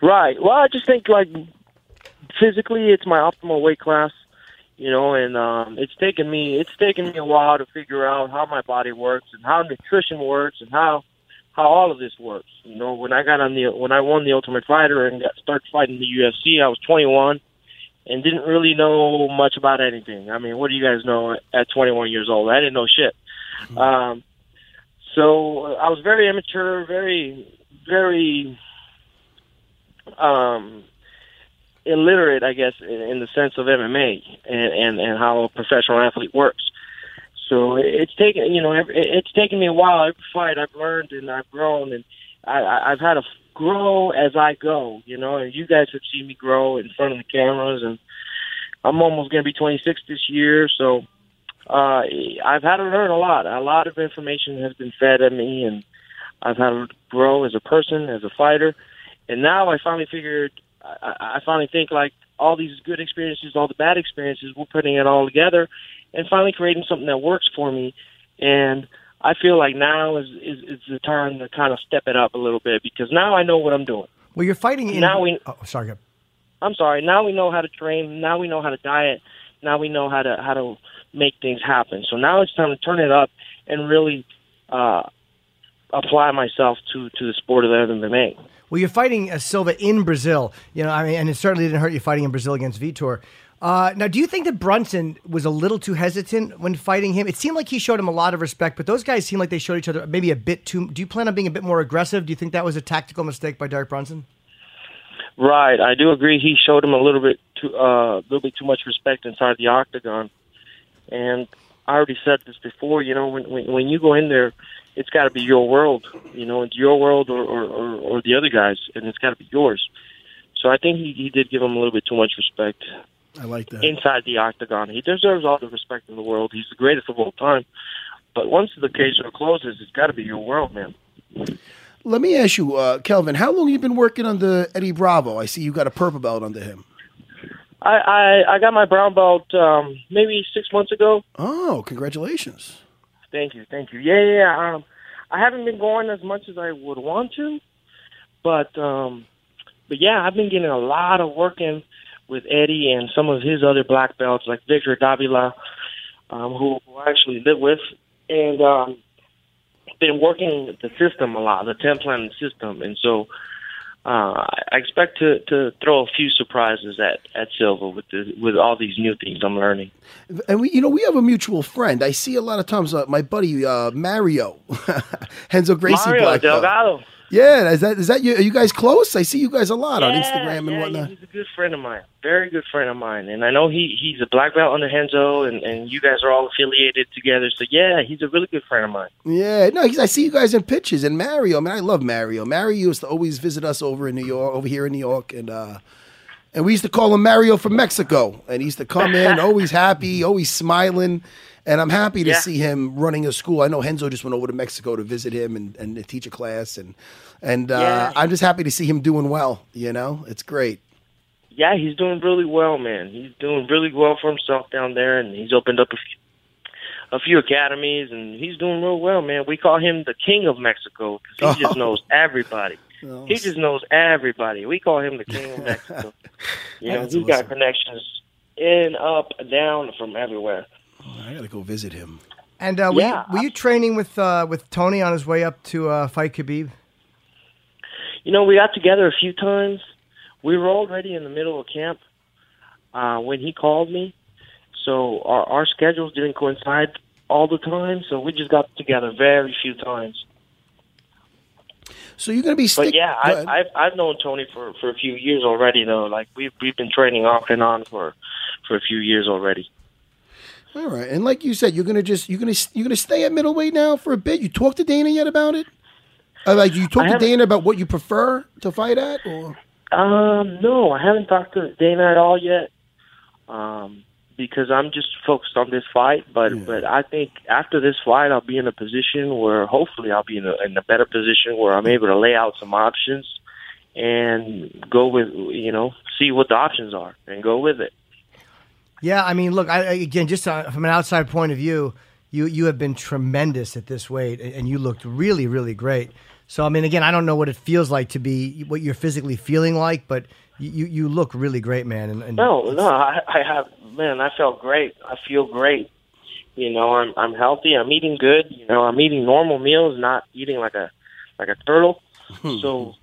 Right. Well, I just think like physically, it's my optimal weight class. You know, and um, it's taken me it's taken me a while to figure out how my body works and how nutrition works and how how all of this works. You know, when I got on the when I won the Ultimate Fighter and got started fighting the UFC, I was 21 and didn't really know much about anything. I mean, what do you guys know at 21 years old? I didn't know shit. Um, so uh, I was very immature, very very um, illiterate, I guess, in, in the sense of MMA and, and, and how a professional athlete works. So it's taken, you know, every, it's taken me a while. Every fight I've learned and I've grown and I, I, I've had to grow as I go, you know, and you guys have seen me grow in front of the cameras and I'm almost going to be 26 this year. So, uh, I've had to learn a lot. A lot of information has been fed at me and I've had to grow as a person, as a fighter and now I finally figured, I, I I finally think like all these good experiences, all the bad experiences, we're putting it all together, and finally creating something that works for me. And I feel like now is is, is the time to kind of step it up a little bit because now I know what I'm doing.
Well, you're fighting in.
Now we-
oh, sorry. go-
I'm sorry. Now we know how to train. Now we know how to diet. Now we know how to how to make things happen. So now it's time to turn it up and really uh, apply myself to to the sport of MMA.
Well, you're fighting uh, Silva in Brazil, you know. I mean, and it certainly didn't hurt you fighting in Brazil against Vitor. Uh, now, do you think that Brunson was a little too hesitant when fighting him? It seemed like he showed him a lot of respect, but those guys seemed like they showed each other maybe a bit too. Do you plan on being a bit more aggressive? Do you think that was a tactical mistake by Derek Brunson?
Right, I do agree. He showed him a little bit too, uh, a little bit too much respect inside the octagon, and I already said this before. You know, when when, when you go in there, it's got to be your world. You know, it's your world or or, or, or the other guys, and it's got to be yours. So I think he, he did give him a little bit too much respect
I like that.
inside the octagon. He deserves all the respect in the world. He's the greatest of all time. But once the cage door closes, it's got to be your world, man.
Let me ask you, uh, Kelvin, how long you been working under Eddie Bravo? I see you got a purple belt under him.
I, I, I got my brown belt um, maybe six months ago.
Oh, congratulations!
Thank you, thank you. Yeah, yeah. yeah. Um, I haven't been going as much as I would want to, but um, but yeah, I've been getting a lot of work in with Eddie and some of his other black belts, like Victor Davila, um, who, who I actually live with, and um, been working the system a lot, the ten plan system, and so. Uh, I expect to, to throw a few surprises at, at Silva with the, with all these new things I'm learning.
And we, you know, we have a mutual friend. I see a lot of times uh, my buddy uh, Mario, <laughs> Henzo Gracie
Mario
Black belt.
Delgado.
Yeah, is that is that you? Are you guys close? I see you guys a lot on
Yeah,
Instagram and
yeah,
whatnot.
He's a good friend of mine, very good friend of mine, and I know he he's a black belt under Henzo, and and you guys are all affiliated together. So yeah, he's a really good friend of mine.
Yeah, no, he's, I see you guys in pictures. And Mario, man, I love Mario. Mario used to always visit us over in New York, over here in New York, and uh, and we used to call him Mario from Mexico. And he used to come
<laughs>
in, always happy, always smiling. And I'm happy to
Yeah.
see him running a school. I know Henzo just went over to Mexico to visit him and, and to teach a class, and and uh,
Yeah.
I'm just happy to see him doing well. You know, it's great.
Yeah, he's doing really well, man. He's doing really well for himself down there, and he's opened up a few a few academies, and he's doing real well, man. We call him the king of Mexico because
<laughs>
he just knows everybody. He just knows everybody. We call him the king
<laughs>
of Mexico. you know,
That's
he's got
awesome.
connections in, up, down, from everywhere.
I gotta go visit him.
And uh, were,
Yeah.
you, were you training with uh, with Tony on his way up to uh, fight Khabib?
You know, we got together a few times. We were already in the middle of camp uh, when he called me, so our, our schedules didn't coincide all the time. So we just got together very few times.
So you're gonna be.
But
Stick-
yeah,
Go ahead.
I, I've I've known Tony for for a few years already, though. Like we've we've been training off and on for for a few years already.
All right, and like you said, you're gonna just you're gonna you're gonna stay at middleweight now for a bit. You talk to Dana yet about it? Uh, like you talk
I
to
haven't-
Dana about what you prefer to fight at, or
Um, no, I haven't talked to Dana at all yet. Um, because I'm just focused on this fight, but but I think after this fight, I'll be in a position where hopefully I'll be in a, in a better position where I'm able to lay out some options and go with you know see what the options are and go with it.
Yeah, I mean, look, I, I- again, just uh, from an outside point of view, you you have been tremendous at this weight, a- and you looked really, really great. So, I mean, again, I don't know what it feels like to be what you're physically feeling like, but you you- you look really great, man. And, and
No, no, I, I have man, I felt great. I feel great. You know, I'm I'm healthy. I'm eating good. You know, I'm eating normal meals, not eating like a like a turtle. so,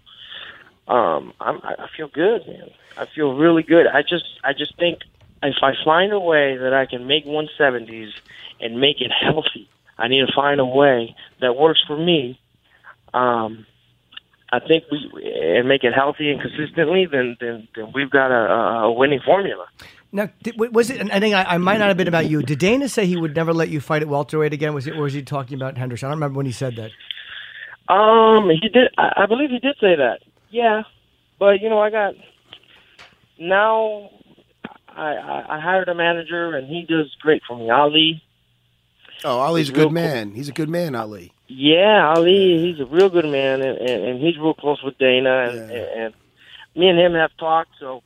um, I'm I I feel good, man. I feel really good. I just I just think if I find a way that I can make 170s and make it <laughs> healthy, I need to find a way that works for me. Um, I think we and make it healthy and consistently, then then, then we've got a, a winning formula.
now, did, wa- was it? and I think I, I might not have been about you. Did Dana say he would never let you fight at welterweight again? Was it, or was he talking about Henderson? I don't remember when he said that.
Um, he did. I, I believe he did say that. Yeah, but you know, I got now. I, I I hired a manager, and he does great for me. Ali,
oh, Ali's a
Real
good
cool.
man. He's a good man, Ali.
yeah, Ali, he's a real good man, and and, and he's real close with Dana, and,
Yeah.
and, and me and him have talked, so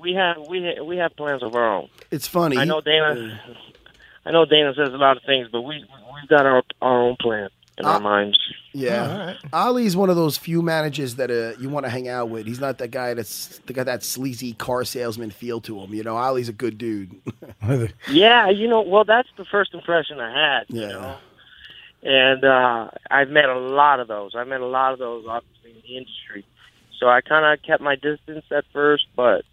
we have we ha- we have plans of our own.
It's funny. uh,
I know Dana. I know Dana says a lot of things, but we we've got our our own plan in
Uh,
our minds.
Yeah, Ali's one of those few managers that uh, you want to hang out with. He's not that guy that's that got that sleazy car salesman feel to him. You know, Ali's a good dude. <laughs>
Yeah, you know, well, that's the first impression I had. You
Yeah.
know? And uh, I've met a lot of those. I met a lot of those, obviously, in the industry. So I kind of kept my distance at first, but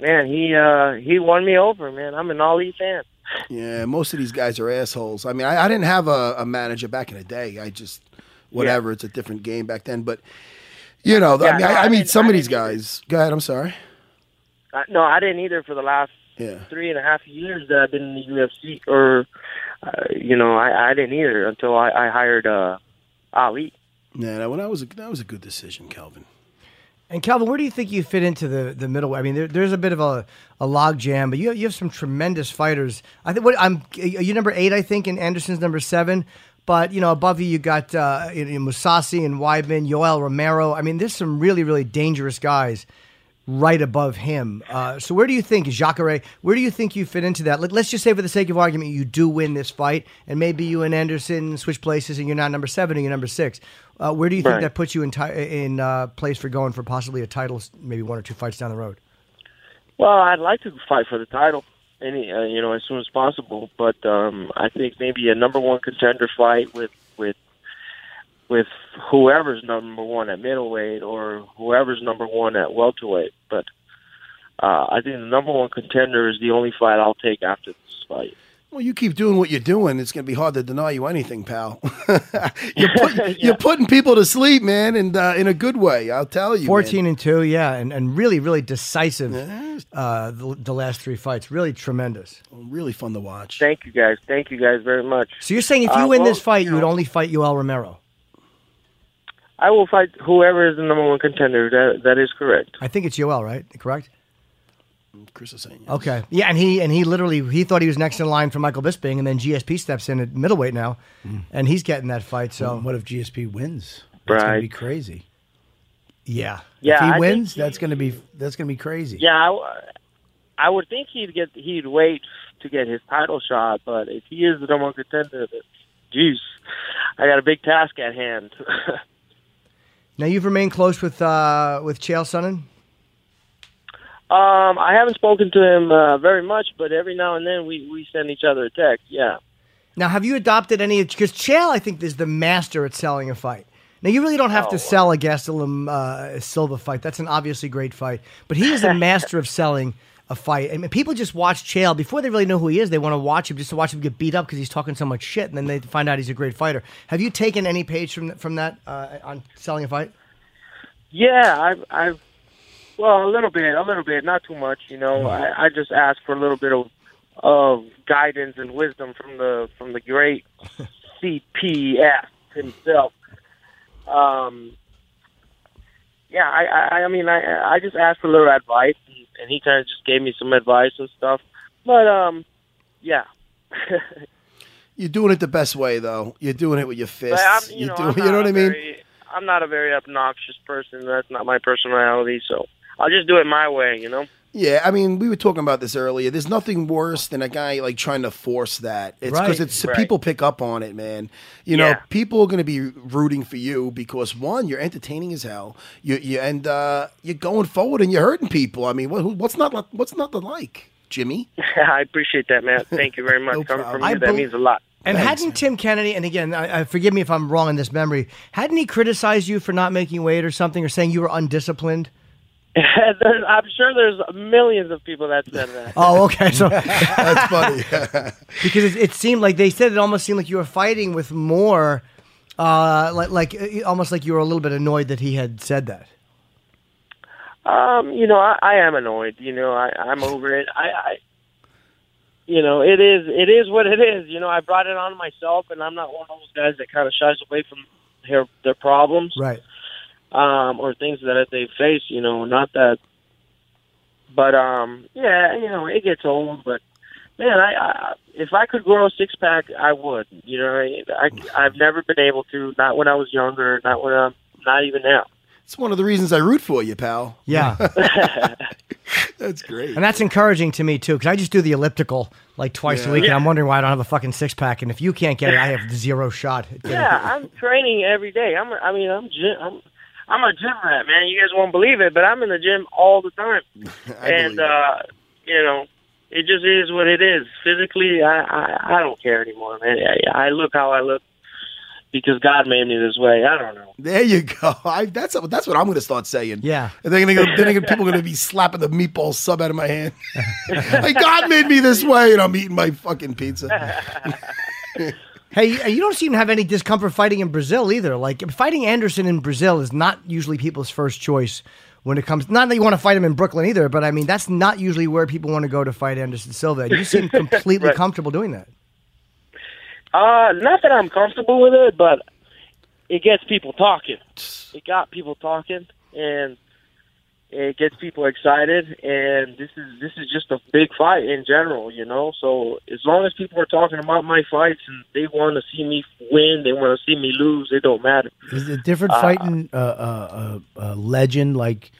man, he uh, he won me over, man. I'm an all E fan.
Yeah, most of these guys are assholes. I mean, I, I didn't have a, a manager back in the day. I just, whatever. It's a different game back then. But you know, I
Yeah,
mean,
no,
I, I
I
mean,
didn't-
some
I
of these
didn't either.
guys. Go ahead. I'm sorry.
I, no, I didn't either for the last
Yeah.
three and a half years that I've been in the UFC, or uh, you know, I, I didn't either until I, I hired uh, Ali.
Yeah, that, well, that was a, that was a good decision, Calvin.
And Calvin, where do you think you fit into the the middle? I mean, there, there's a bit of a, a log jam, but you you have some tremendous fighters. I think what I'm you number eight, I think, and Anderson's number seven. But you know, above you, you got uh, you know, Musasi and Weidman, Yoel Romero. I mean, there's some really, really dangerous guys right above him. Uh, so where do you think Jacare? Where do you think you fit into that? Let, us just say, for the sake of argument, you do win this fight, and maybe you and Anderson switch places, and you're not number seven, and you're number six. Uh, where do you
Right.
think that puts you in ti- in uh, place for going for possibly a title, maybe one or two fights down the road?
Well, I'd like to fight for the title, any uh, you know, as soon as possible. But um, I think maybe a number one contender fight with with with whoever's number one at middleweight or whoever's number one at welterweight. But uh, I think the number one contender is the only fight I'll take after this fight.
Well, you keep doing what you're doing. It's going to be hard to deny you anything, pal. <laughs> you're,
<laughs>
put, you're putting people to sleep, man, and uh, in a good way. I'll tell you. man.
14 and 2 yeah and, and really really decisive uh, the, the last three fights really tremendous
Really fun to watch.
Thank you guys. Thank you guys very much.
so you're saying if you
Uh,
win
well,
this fight
you
you would
know-
only fight Yoel Romero
I will fight whoever is the number one contender. That that is correct.
I think it's Yoel right correct
Chris is saying.
okay yeah and he and he literally he thought he was next in line for Michael Bisping and then GSP steps in at middleweight now
Mm.
and he's getting that fight so
What if GSP wins? That's gonna
Right.
be crazy.
yeah
Yeah,
if
I
he
think
wins,
he-
that's gonna be that's gonna be crazy.
Yeah, I, w- I would think he'd get he'd wait to get his title shot, but if he is the number one contender, then, geez, I got a big task at hand. <laughs>
now you've remained close with uh, with Chael Sonnen
um, I haven't spoken to him uh, very much, but every now and then we we send each other a text. Yeah.
Now, have you adopted any? Because Chael, I think, is the master at selling a fight. Now, you really don't have
Oh.
to sell a Gastelum uh, Silva fight. That's an obviously great fight, but he is
<laughs>
a master of selling a fight. I mean, people just watch Chael before they really know who he is. They want to watch him just to watch him get beat up because he's talking so much shit, and then they find out he's a great fighter. Have you taken any page from from that uh, on selling a fight?
Yeah, I've, I've, well, a little bit, a little bit, not too much. You know, I, I just ask for a little bit of, of guidance and wisdom from the from the great CPF himself. Um, yeah, I, I, I mean, I, I just asked for a little advice, and, and he kind of just gave me some advice and stuff. But um, yeah. <laughs>
You're doing it the best way, though. You're doing it with your
But
fists.
I'm, you,
You're
know,
doing- <laughs>
I'm
you
not
know what
a
I mean?
very- I'm not a very obnoxious person. That's not my personality. So I'll just do it my way. You know. <laughs>
Yeah, I mean, we were talking about this earlier. There's nothing worse than a guy like trying to force that. It's
Right.
because it's
Right.
people pick up on it, man. You know,
Yeah.
people are going to be rooting for you because one, you're entertaining as hell. You, you and uh, you're going forward and you're hurting people. I mean, what, what's not li- what's not to like, Jimmy?
I appreciate that, Matt. Thank you
<laughs>
very much.
No
Coming
problem.
from you,
I
that
bel-
means a lot.
And
Thanks,
hadn't Mm, Tim Kennedy, and again, I, I, forgive me if I'm wrong in this memory, hadn't he criticized you for not making weight or something, or saying you were undisciplined?
<laughs> There's- I'm sure there's millions of people that
<laughs>
said that.
Oh, okay. So
That's funny.
<laughs> because it, it seemed like they said it almost seemed like you were fighting with more, uh, like like uh, almost like you were a little bit annoyed that he had said that.
Um, you know, I, I am annoyed. You know, I, I'm over it. I, I, you know, it is it is what it is. You know, I brought it on myself, and I'm not one of those guys that kind of shies away from their their problems
Right.
um, or things that they face. You know, not that. But um, yeah, you know, it gets old, but. Man, I, I if I could grow a six pack, I would. You know, I, I I've never been able to. Not when I was younger. Not when I'm. Not even now.
it's one of the reasons I root for you, pal.
Yeah,
That's great.
and that's encouraging to me too, because I just do the elliptical like twice a week, and I'm wondering why I don't have a fucking six pack. And if you can't get it, I have zero shot. at getting
Yeah, I'm training every day. I'm. I mean, I'm. Gym, I'm. I'm a gym rat, man. You guys won't believe it, but I'm in the gym all the time,
believe
and
it.
uh, you know, it just is what it is. Physically, I I, I don't care anymore, man. I, I look how I look because God made me this way. I don't know.
There you go. <laughs> I, that's that's what I'm going to start saying.
Yeah.
And then, then, then people are going to be slapping the meatball sub out of my hand. like God made me this way, and I'm eating my fucking pizza.
Hey, you- you don't seem to have any discomfort fighting in Brazil either. Like fighting Anderson in Brazil is not usually people's first choice when it comes. Not that you want to fight him in Brooklyn either, but I mean that's not usually where people want to go to fight Anderson Silva. And You seem completely comfortable doing that.
Uh, not that I'm comfortable with it, but it gets people talking. It got people talking, and It gets people excited, and this is this is just a big fight in general, you know. So as long as people are talking about my fights and they want to see me win, they want to see me lose, it don't matter.
Is it different fighting a uh, uh, uh, legend like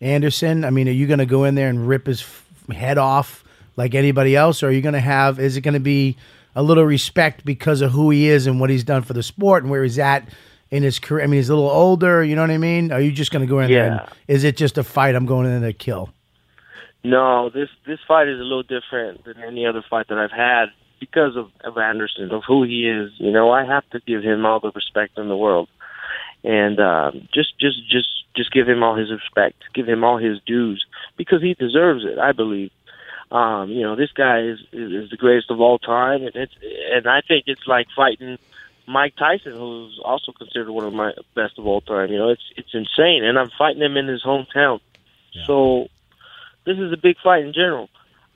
Anderson? I mean, are you going to go in there and rip his f- head off like anybody else, or are you going to have? Is it going to be a little respect because of who he is and what he's done for the sport and where he's at in his career? I mean, he's a little older. You know what I mean? Are you just going to go in there? And, is it just a fight? I'm going in there to kill.
No, this this fight is a little different than any other fight that I've had because of, of Anderson, of who he is. You know, I have to give him all the respect in the world, and um, just just just just give him all his respect, give him all his dues because he deserves it. I believe. Um, you know, this guy is, is is the greatest of all time, and it's and I think it's like fighting Mike Tyson, who's also considered one of my best of all time. You know, it's it's insane, and I'm fighting him in his hometown. So this is a big fight in general.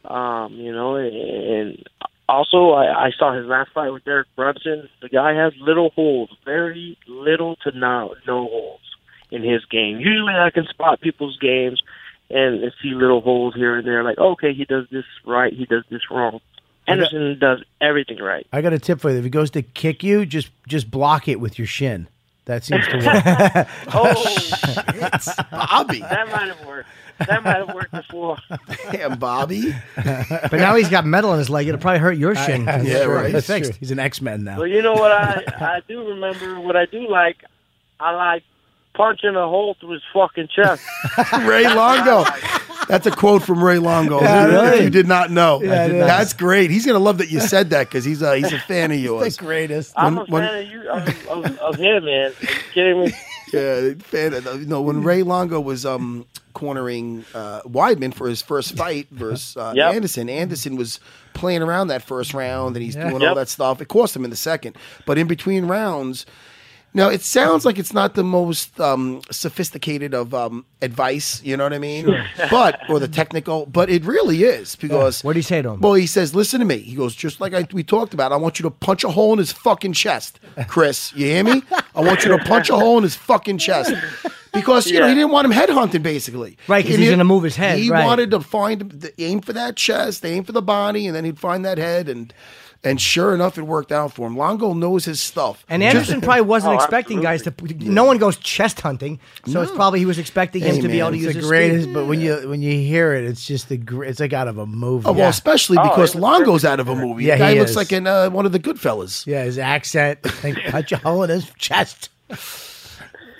Um, you know, and also I, I saw his last fight with Derek Brunson. The guy has little holes, very little to no, no holes in his game. Usually I can spot people's games and see little holes here and there, like, okay, he does this right, he does this wrong. Anderson does everything right.
I got a tip for you. If he goes to kick you, just just block it with your shin. That seems to work.
Oh,
Bobby.
that might have worked. That might have worked before.
Damn, Bobby.
But now he's got metal in his leg. It'll probably hurt your shin.
Yeah, right.
That's true. He's an X Men now.
But you know what I I do remember what I do like. I like punching a hole through his fucking chest.
<laughs> Ray Longo. That's a quote from Ray Longo.
Yeah,
If
really?
You did not know.
I did not.
That's great. He's gonna love that you said that because he's a he's a fan of yours.
greatest.
I'm a
When- when-
fan of you of, of, of him, man. Are you kidding me?
Yeah, fan of, you know when Ray Longo was um cornering uh Weidman for his first fight versus uh,
Yep.
Anderson. Anderson was playing around that first round and he's doing all
Yep.
that stuff. It cost him in the second, but in between rounds. Now it sounds like it's not the most um, sophisticated of um, advice, you know what I mean? But or the technical, but it really is because
What do you say to him?
well, he says, "Listen to me." He goes, "Just like I, we talked about, I want you to punch a hole in his fucking chest, Chris. You hear me? I want you to punch a hole in his fucking chest." Because you know he
Yeah.
didn't want him headhunting, basically.
Right, 'cause
And
he's
he-
gonna move his head,
He
right.
wanted to find the aim for that chest, aim for the body, and then he'd find that head, and and sure enough, it worked out for him. Longo knows his stuff.
And Anderson probably wasn't
Oh,
expecting guys to. No one goes chest hunting, so it's probably he was expecting him
Hey,
to be
man,
able to
it's
use
It's the
his
greatest, but when you when you hear it, it's just the gr- it's like out of a movie.
Oh, well, especially
Oh,
because
it was
Longo's out of a movie.
Yeah,
the guy
he
looks
is.
like in uh, one of the Goodfellas.
yeah, his accent,
<laughs>
like punch a hole in his chest.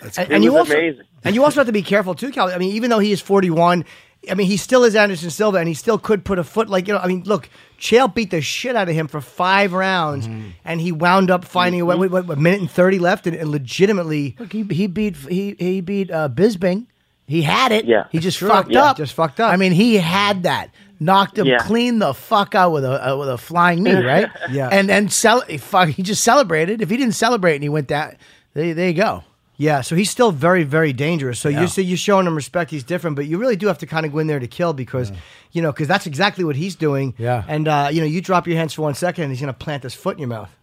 and,
It
and you
was
also
amazing.
and you also have to be careful too, Cal. I mean, even though he is forty one, I mean, he still is Anderson Silva, and he still could put a foot like you know. I mean, look, Chael beat the shit out of him for five rounds,
Mm-hmm.
and he wound up finding a way. What, what, a minute and thirty left, and, and legitimately
Look, he, he beat he he beat uh, Bisbing. He had it.
Yeah.
he just
Sure.
fucked
Yeah,
up.
just fucked up.
I mean, he had that. Knocked him
Yeah.
clean the fuck out with a uh, with a flying knee,
<laughs>
right?
Yeah.
and and cel- fuck, he just celebrated. If he didn't celebrate and he went down, there, there you go.
Yeah, so he's still very, very dangerous. So
Yeah.
you say you're showing him respect. He's different, but you really do have to kind of go in there to kill because you know because that's exactly what he's doing.
Yeah.
and uh, you know you drop your hands for one second, and he's gonna plant his foot in your mouth.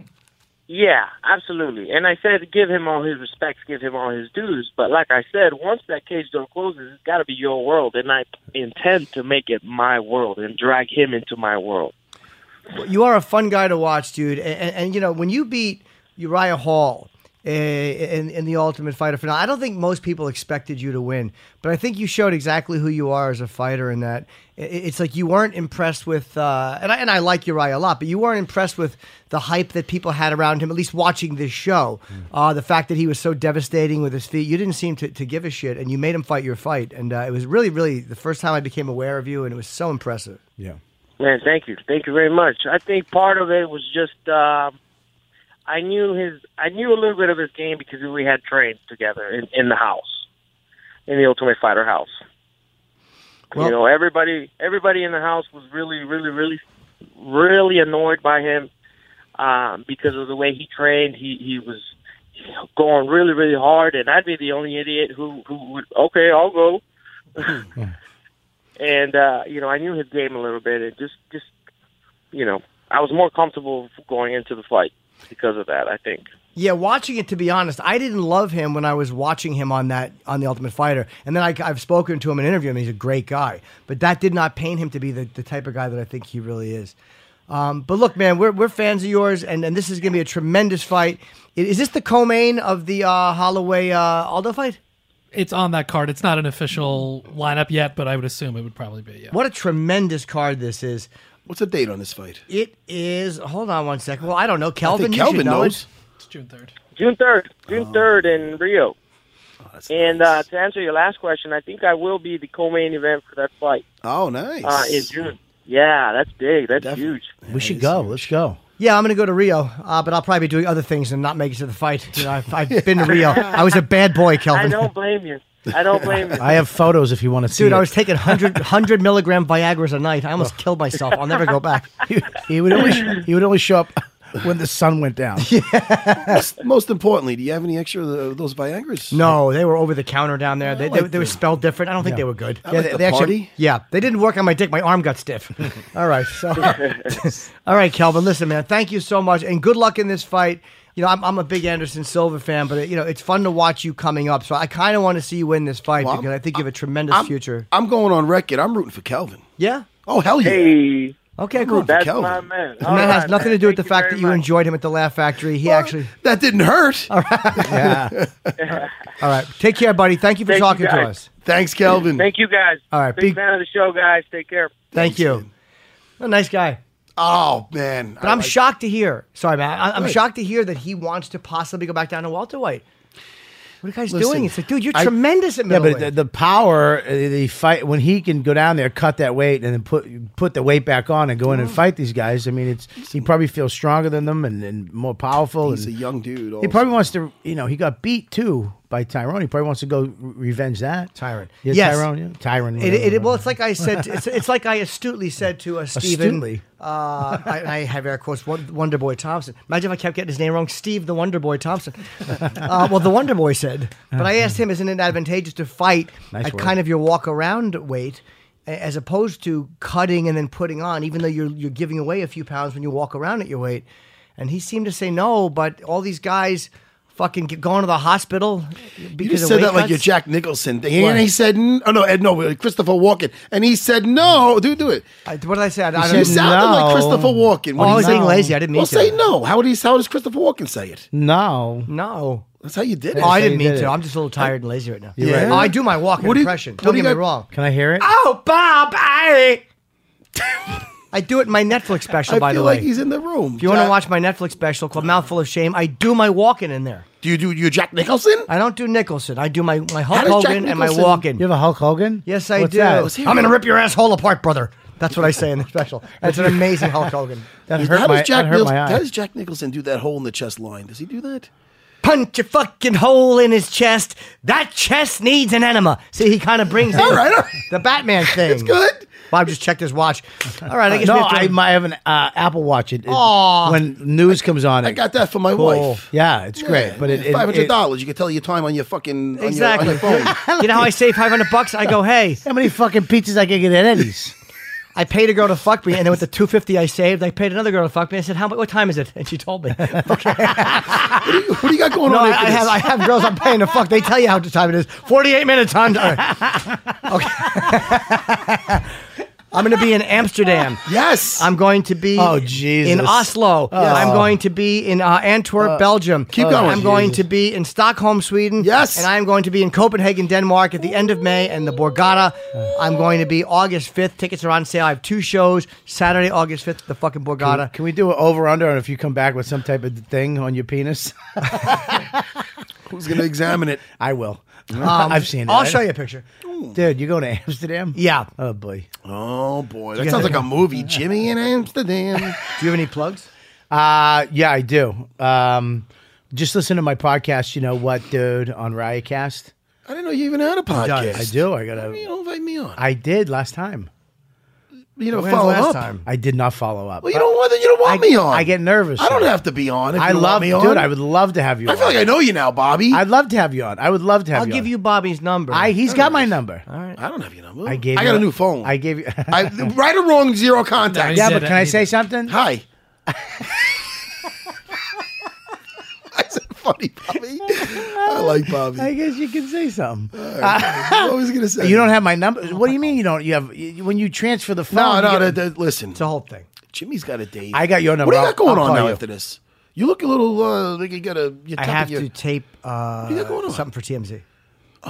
Yeah, absolutely. And I said, give him all his respects, give him all his dues. But like I said, once that cage door closes, it's got to be your world, and I intend to make it my world and drag him into my world.
you are a fun guy to watch, dude. And, and, and, you know, when you beat Uriah Hall eh, in, in the Ultimate Fighter finale, I don't think most people expected you to win, but I think you showed exactly who you are as a fighter in that. I- i- It's like you weren't impressed with, uh, and, I, and I like Uriah a lot, but you weren't impressed with the hype that people had around him, at least watching this show. Uh, the fact that he was so devastating with his feet, you didn't seem to, to give a shit, and you made him fight your fight. And uh, it was really, really the first time I became aware of you, and it was so impressive.
Yeah.
Man, thank you, thank you very much. I think part of it was just um, I knew his, I knew a little bit of his game because we had trained together in, in the house, in the Ultimate Fighter house.
Well-
you know, everybody, everybody in the house was really, really, really, really annoyed by him um, because of the way he trained. He he was going really, really hard, and I'd be the only idiot who who would okay, I'll go and uh, you know, I knew his game a little bit, and just, just, you know, I was more comfortable going into the fight because of that. I think.
Yeah, watching it to be honest, I didn't love him when I was watching him on that on the Ultimate Fighter, and then I, I've spoken to him and interviewed him. He's a great guy, but that did not paint him to be the, the type of guy that I think he really is. Um, but look, man, we're, we're fans of yours, and, and this is going to be a tremendous fight. I- Is this the co-main of the uh, Holloway uh, Aldo fight?
It's on that card. It's not an official lineup yet, but I would assume it would probably be. Yeah.
What a tremendous card this is!
What's the date on this fight?
It is. Hold on one second. Well, I don't know, Kelvin. you should
Kelvin
know it.
knows.
It's June third.
June third, June third in Rio. and uh, to answer your last question, I think I will be the co-main event for that fight
Oh, nice.
uh, in June. Yeah, that's big. That's
Definitely.
huge.
We should go. Let's go.
Yeah, I'm going to go to Rio, uh, but I'll probably be doing other things and not make it to the fight. You know, I've,
<laughs>
I've been to Rio. I was a bad boy,
I
Kelvin.
don't blame you. I don't blame you.
I have photos if you want to see.
Dude, I
it.
was taking
<laughs>
100, 100 milligram Viagra's a night. I almost killed myself. I'll never go
<laughs>
back.
he, he
<laughs>
would only sh- he would only show up <laughs> when the sun went down.
Most, most importantly, do you have any extra of the- those Viagra's?
No, they were over the counter down there. They, they, they were spelled different. I don't think they were good. Yeah,
like
they,
the
they
party.
yeah, they didn't work on my dick. My arm got
<laughs>
stiff. All right, so all right, Kelvin. Listen, man, thank you so much, and good luck in this fight. You know, I'm, I'm a big Anderson Silva fan, but you know, it's fun to watch you coming up. So I kind of want to see you win this fight
Well, I'm-
because I think you have a tremendous
I'm,
future.
I'm going on record. I'm rooting for Kelvin.
Yeah.
Oh hell yeah!
hey,
Okay.
I'm
Cool.
rooting for
that's
Kelvin.
my man.
And that has nothing to do with the fact that you enjoyed him at the Laugh Factory. He actually.
that didn't hurt.
Yeah.
All right. Take care, buddy. Thank you for
Thank you,
talking to
guys.
us.
Thanks, Kelvin.
Thank you guys.
All right,
big
big-
fan of the show, guys. Take care.
Thank you. A nice guy.
Oh man,
But I'm shocked to hear. Sorry, man. I, I'm shocked to hear that he wants to possibly go back down to welterweight. What are you guys
Listen,
doing? It's like, dude, you're
I-
tremendous at
yeah,
middleweight.
but the, the power, uh, the fight when he can go down there, cut that weight, and then put put the weight back on and go in
Mm.
and fight these guys. I mean, it's he probably feels stronger than them and, and more powerful.
He's a
and
young dude.
he
also.
probably wants to. You know, he got beat too by Tyrone. He probably wants to go re- revenge that
Tyrone.
Yeah,
Yes.
Tyrone. Yeah. Tyrone.
It- it,
whatever.
it, well, it's like I said. It's, it's like I astutely said to uh, Stephen.
Astutely?
Uh, I, I have air quotes. Won- Wonder Boy Thompson. Imagine if I kept getting his name wrong. Steve the Wonder Boy
<laughs>
Thompson. Uh, well, the Wonder Boy said. But I asked him, isn't it advantageous to fight
Nice
at
word.
kind of your walk around weight? a- As opposed to cutting and then putting on, even though you're you're giving away a few pounds when you walk around at your weight, and he seemed to say no. But all these guys, fucking get going to the hospital because
You just
of
said
weight
that like
cuts?
you're Jack Nicholson thing, and he said, n- "Oh no, Ed, no, Christopher Walken," and he said, "No, do do it."
I- what did I say? I, I
said
You
don't-
sounded
no.
like Christopher Walken.
Oh, I was
he said-
being lazy. I didn't mean
Well,
to.
say no. How would he? How does Christopher Walken say it?
no.
No.
That's how you did it.
Oh, I
so
didn't
you
mean
did
to.
it.
I'm just a little tired and lazy right now.
You're right.
Oh, I do my walking
What do you-
impression.
what
Don't
do
get
you
me
got-
wrong.
Can I hear it?
Oh, Bob, I.
<laughs>
I do it in my Netflix
Oh,
special,
I
by
feel
the way.
like he's in the room.
if you want to watch my Netflix special called Mouthful of Shame, I do my walking in there.
do you do you Jack Nicholson?
I don't do Nicholson. I do my, my Hulk
does Jack
Hogan and my
Nicholson-
walking.
You have a Hulk Hogan?
Yes, I
What's
do.
that?
I'm going to rip your asshole apart, brother. That's what I say in the special. That's an amazing Hulk Hogan.
That hurt
How
my.
does Jack
that hurt
Nicholson?
my eye.
How does Jack Nicholson do that hole in the chest line? Does he do that?
Punch a fucking hole in his chest. That chest needs an enema. See, he kind of brings in
All right, all right.
the Batman thing.
Hmm.
It's
good.
Bob just checked his watch. All right, I guess
no,
we have to-
I might have an uh, Apple Watch. It, it-
Aw.
when news comes on,
I
it-
got that for my
Cool.
wife.
Oh, Yeah, it's great, but it, it-
five hundred
it-
dollars. You can tell your time on your fucking on your- on
exactly.
your
<laughs>
phone. <laughs>
you know how I save five hundred bucks? I go, hey,
how many fucking pizzas I can get at Eddie's?
I paid a girl to fuck me, and then with the two fifty I saved, I paid another girl to fuck me. I said, how? mu- What time is it? And she told me. Okay.
what do you got going
No, I,
on? there
I
for this?
have I have girls I'm paying to fuck. They tell you how much time it is. Forty eight minutes on. All right. Okay. <laughs> I'm going to be in Amsterdam.
yes.
I'm going to be
Oh, Jesus. Oh.
in Oslo. I'm going to be in uh, Antwerp, Belgium.
Keep going.
I'm going to be in Stockholm, Sweden.
Yes.
And I'm going to be in Copenhagen, Denmark at the end of May and the
<sighs>
Borgata. I'm going to be August 5th. Tickets are on sale. I have two shows Saturday, August 5th, at the fucking Borgata.
Can we do an over under? And if you come back with some type of thing on your penis, <laughs>
Who's going to examine it?
I will.
Um,
I've seen it.
I'll show you a picture.
dude. You go to Amsterdam?
Yeah.
Oh boy.
Oh boy,
<laughs>
that sounds like a movie. Jimmy in Amsterdam.
Do you have any plugs?
Uh yeah, I do. Um, just listen to my podcast. You know what, dude? On Riotcast.
I didn't know you even had a podcast.
I do. I
Why You
gotta.
don't invite me on.
I did last time.
you know,
When's
follow
last
up.
time?
I did not follow up.
Well, you don't want you don't want
Uh, I-
me on.
I get nervous.
I don't
Sean.
have to be on. If
I
you don't want
love,
me on.
dude. I would love to have you.
I feel
on.
like I know you now, Bobby. I,
I'd love to have you on. I would love to have
I'll
you.
give
on.
you Bobby's number.
I he's got my number.
don't have your number.
I gave.
I
you
got a new phone.
I gave you. <laughs>
I, right or wrong, zero contact.
yeah,
said
but
it.
can I say something?
Hi. I said funny, Bobby. I like Bobby.
I guess you can say something.
what was I gonna say?
You don't have my number. What do you mean you don't? You have you- when you transfer the
No,
phone.
no.
you
no,
get-
no, listen,
It's a whole thing.
Jimmy's got a date.
I got your number.
What do you
I'll-
got going
I'll
on
call
now
you.
after this? You look a little. Uh, like you got a. You're
I
tapping
have
your,
to tape uh,
you got going on?
something for TMZ.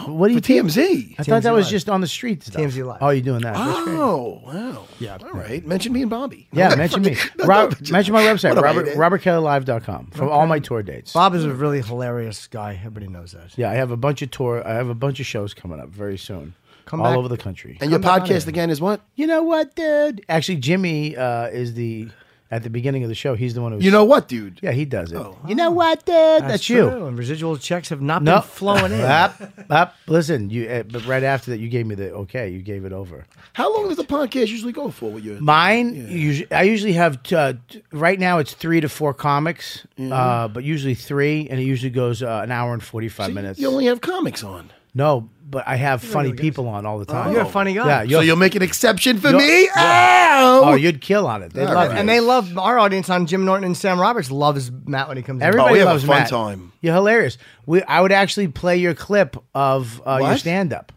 What do you
for
think?
TMZ.
I thought that
TMZ
was
Live.
just on the street stuff.
TMZ Live.
Oh, you're doing that. That's great.
Oh wow! Yeah. All right. Mention me and Bobby.
Yeah, mention me.
No,
Rob,
no, mention-
mention my website,
What am I,
Robert,
Dave?
robertkellylive.com, from all my tour dates.
Bob is a really hilarious guy. Everybody knows that.
Yeah, I have a bunch of tour. I have a bunch of shows coming up very soon,
Come
all
back.
over the country.
And your podcast again is what?
You know what, dude? Actually, Jimmy uh, is the at the beginning of the show. He's the one who.
You know what, dude?
Yeah, he does it. You know what, dude? That's, you.
Oh. true, And residual checks have not
No,
been flowing in.
<laughs> Up, up. Listen, you. Uh, but right after that, you gave me the okay. You gave it over.
How long does the podcast usually go for? With you?
Mine, usually, I usually have t- uh, t- right now. It's three to four comics,
Mm-hmm.
uh, but usually three, and it usually goes uh, an hour and forty five minutes.
You only have comics on.
no, but I have funny people on all the time.
You're a funny guy.
Yeah,
So
Uh, you're-
you'll make an exception for
You're-
me?
oh,
Ow!
you'd kill on it. They
All
love
right. Oh,
you.
And they love our audience on Jim Norton and Sam Roberts loves Matt when he comes in.
Everybody
Oh, we have a
loves
fun
Matt.
time. <laughs>
You're hilarious. We, I would actually play your clip of uh, your
What?
stand up.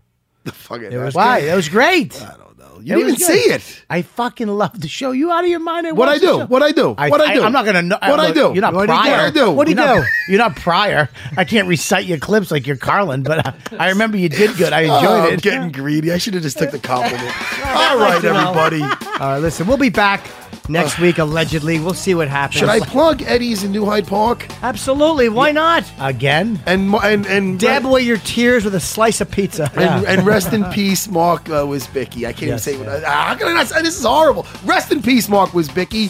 Fuck it.
Why? That was great.
I don't know. You didn't even see it.
I fucking love the show. You out of your mind?
What I
watch the
do?
show.
What I do? What I do?
I'm not gonna know.
What I do?
You're not
What
prior.
I do?
What do you
You're
do?
not-
<laughs> You're not prior. I can't recite your clips like you're Carlin, but I, I remember you did good. I
Oh,
enjoyed
I'm
it.
getting greedy. I should have just took the
<laughs>
compliment. All right, everybody.
All right, listen, we'll be back next week, allegedly. We'll see what happens.
Should I plug Eddie's in New Hyde Park
Absolutely. Why not?
Again?
and and and
Dab away your tears with a slice of pizza.
And, and rest in peace, Mark uh, Wisbicki. I can't even
Yes,
say what. ah, how can I not say this? Is horrible. Rest in peace, Mark Wisbicki.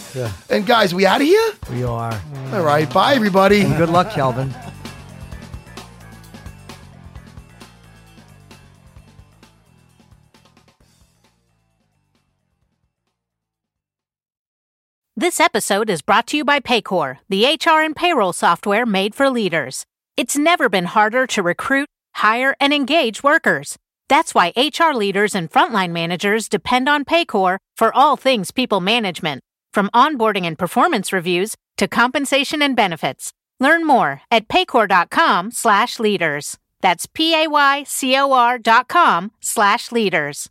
And guys, we out of here.
We are.
All right, bye everybody.
Good luck, Kelvin.
This episode is brought to you by Paycor, the HR and payroll software made for leaders. It's never been harder to recruit, hire, and engage workers. That's why HR leaders and frontline managers depend on Paycor for all things people management, from onboarding and performance reviews to compensation and benefits. Learn more at paycor.com slash leaders. That's P-A-Y-C-O-R dot com slash leaders.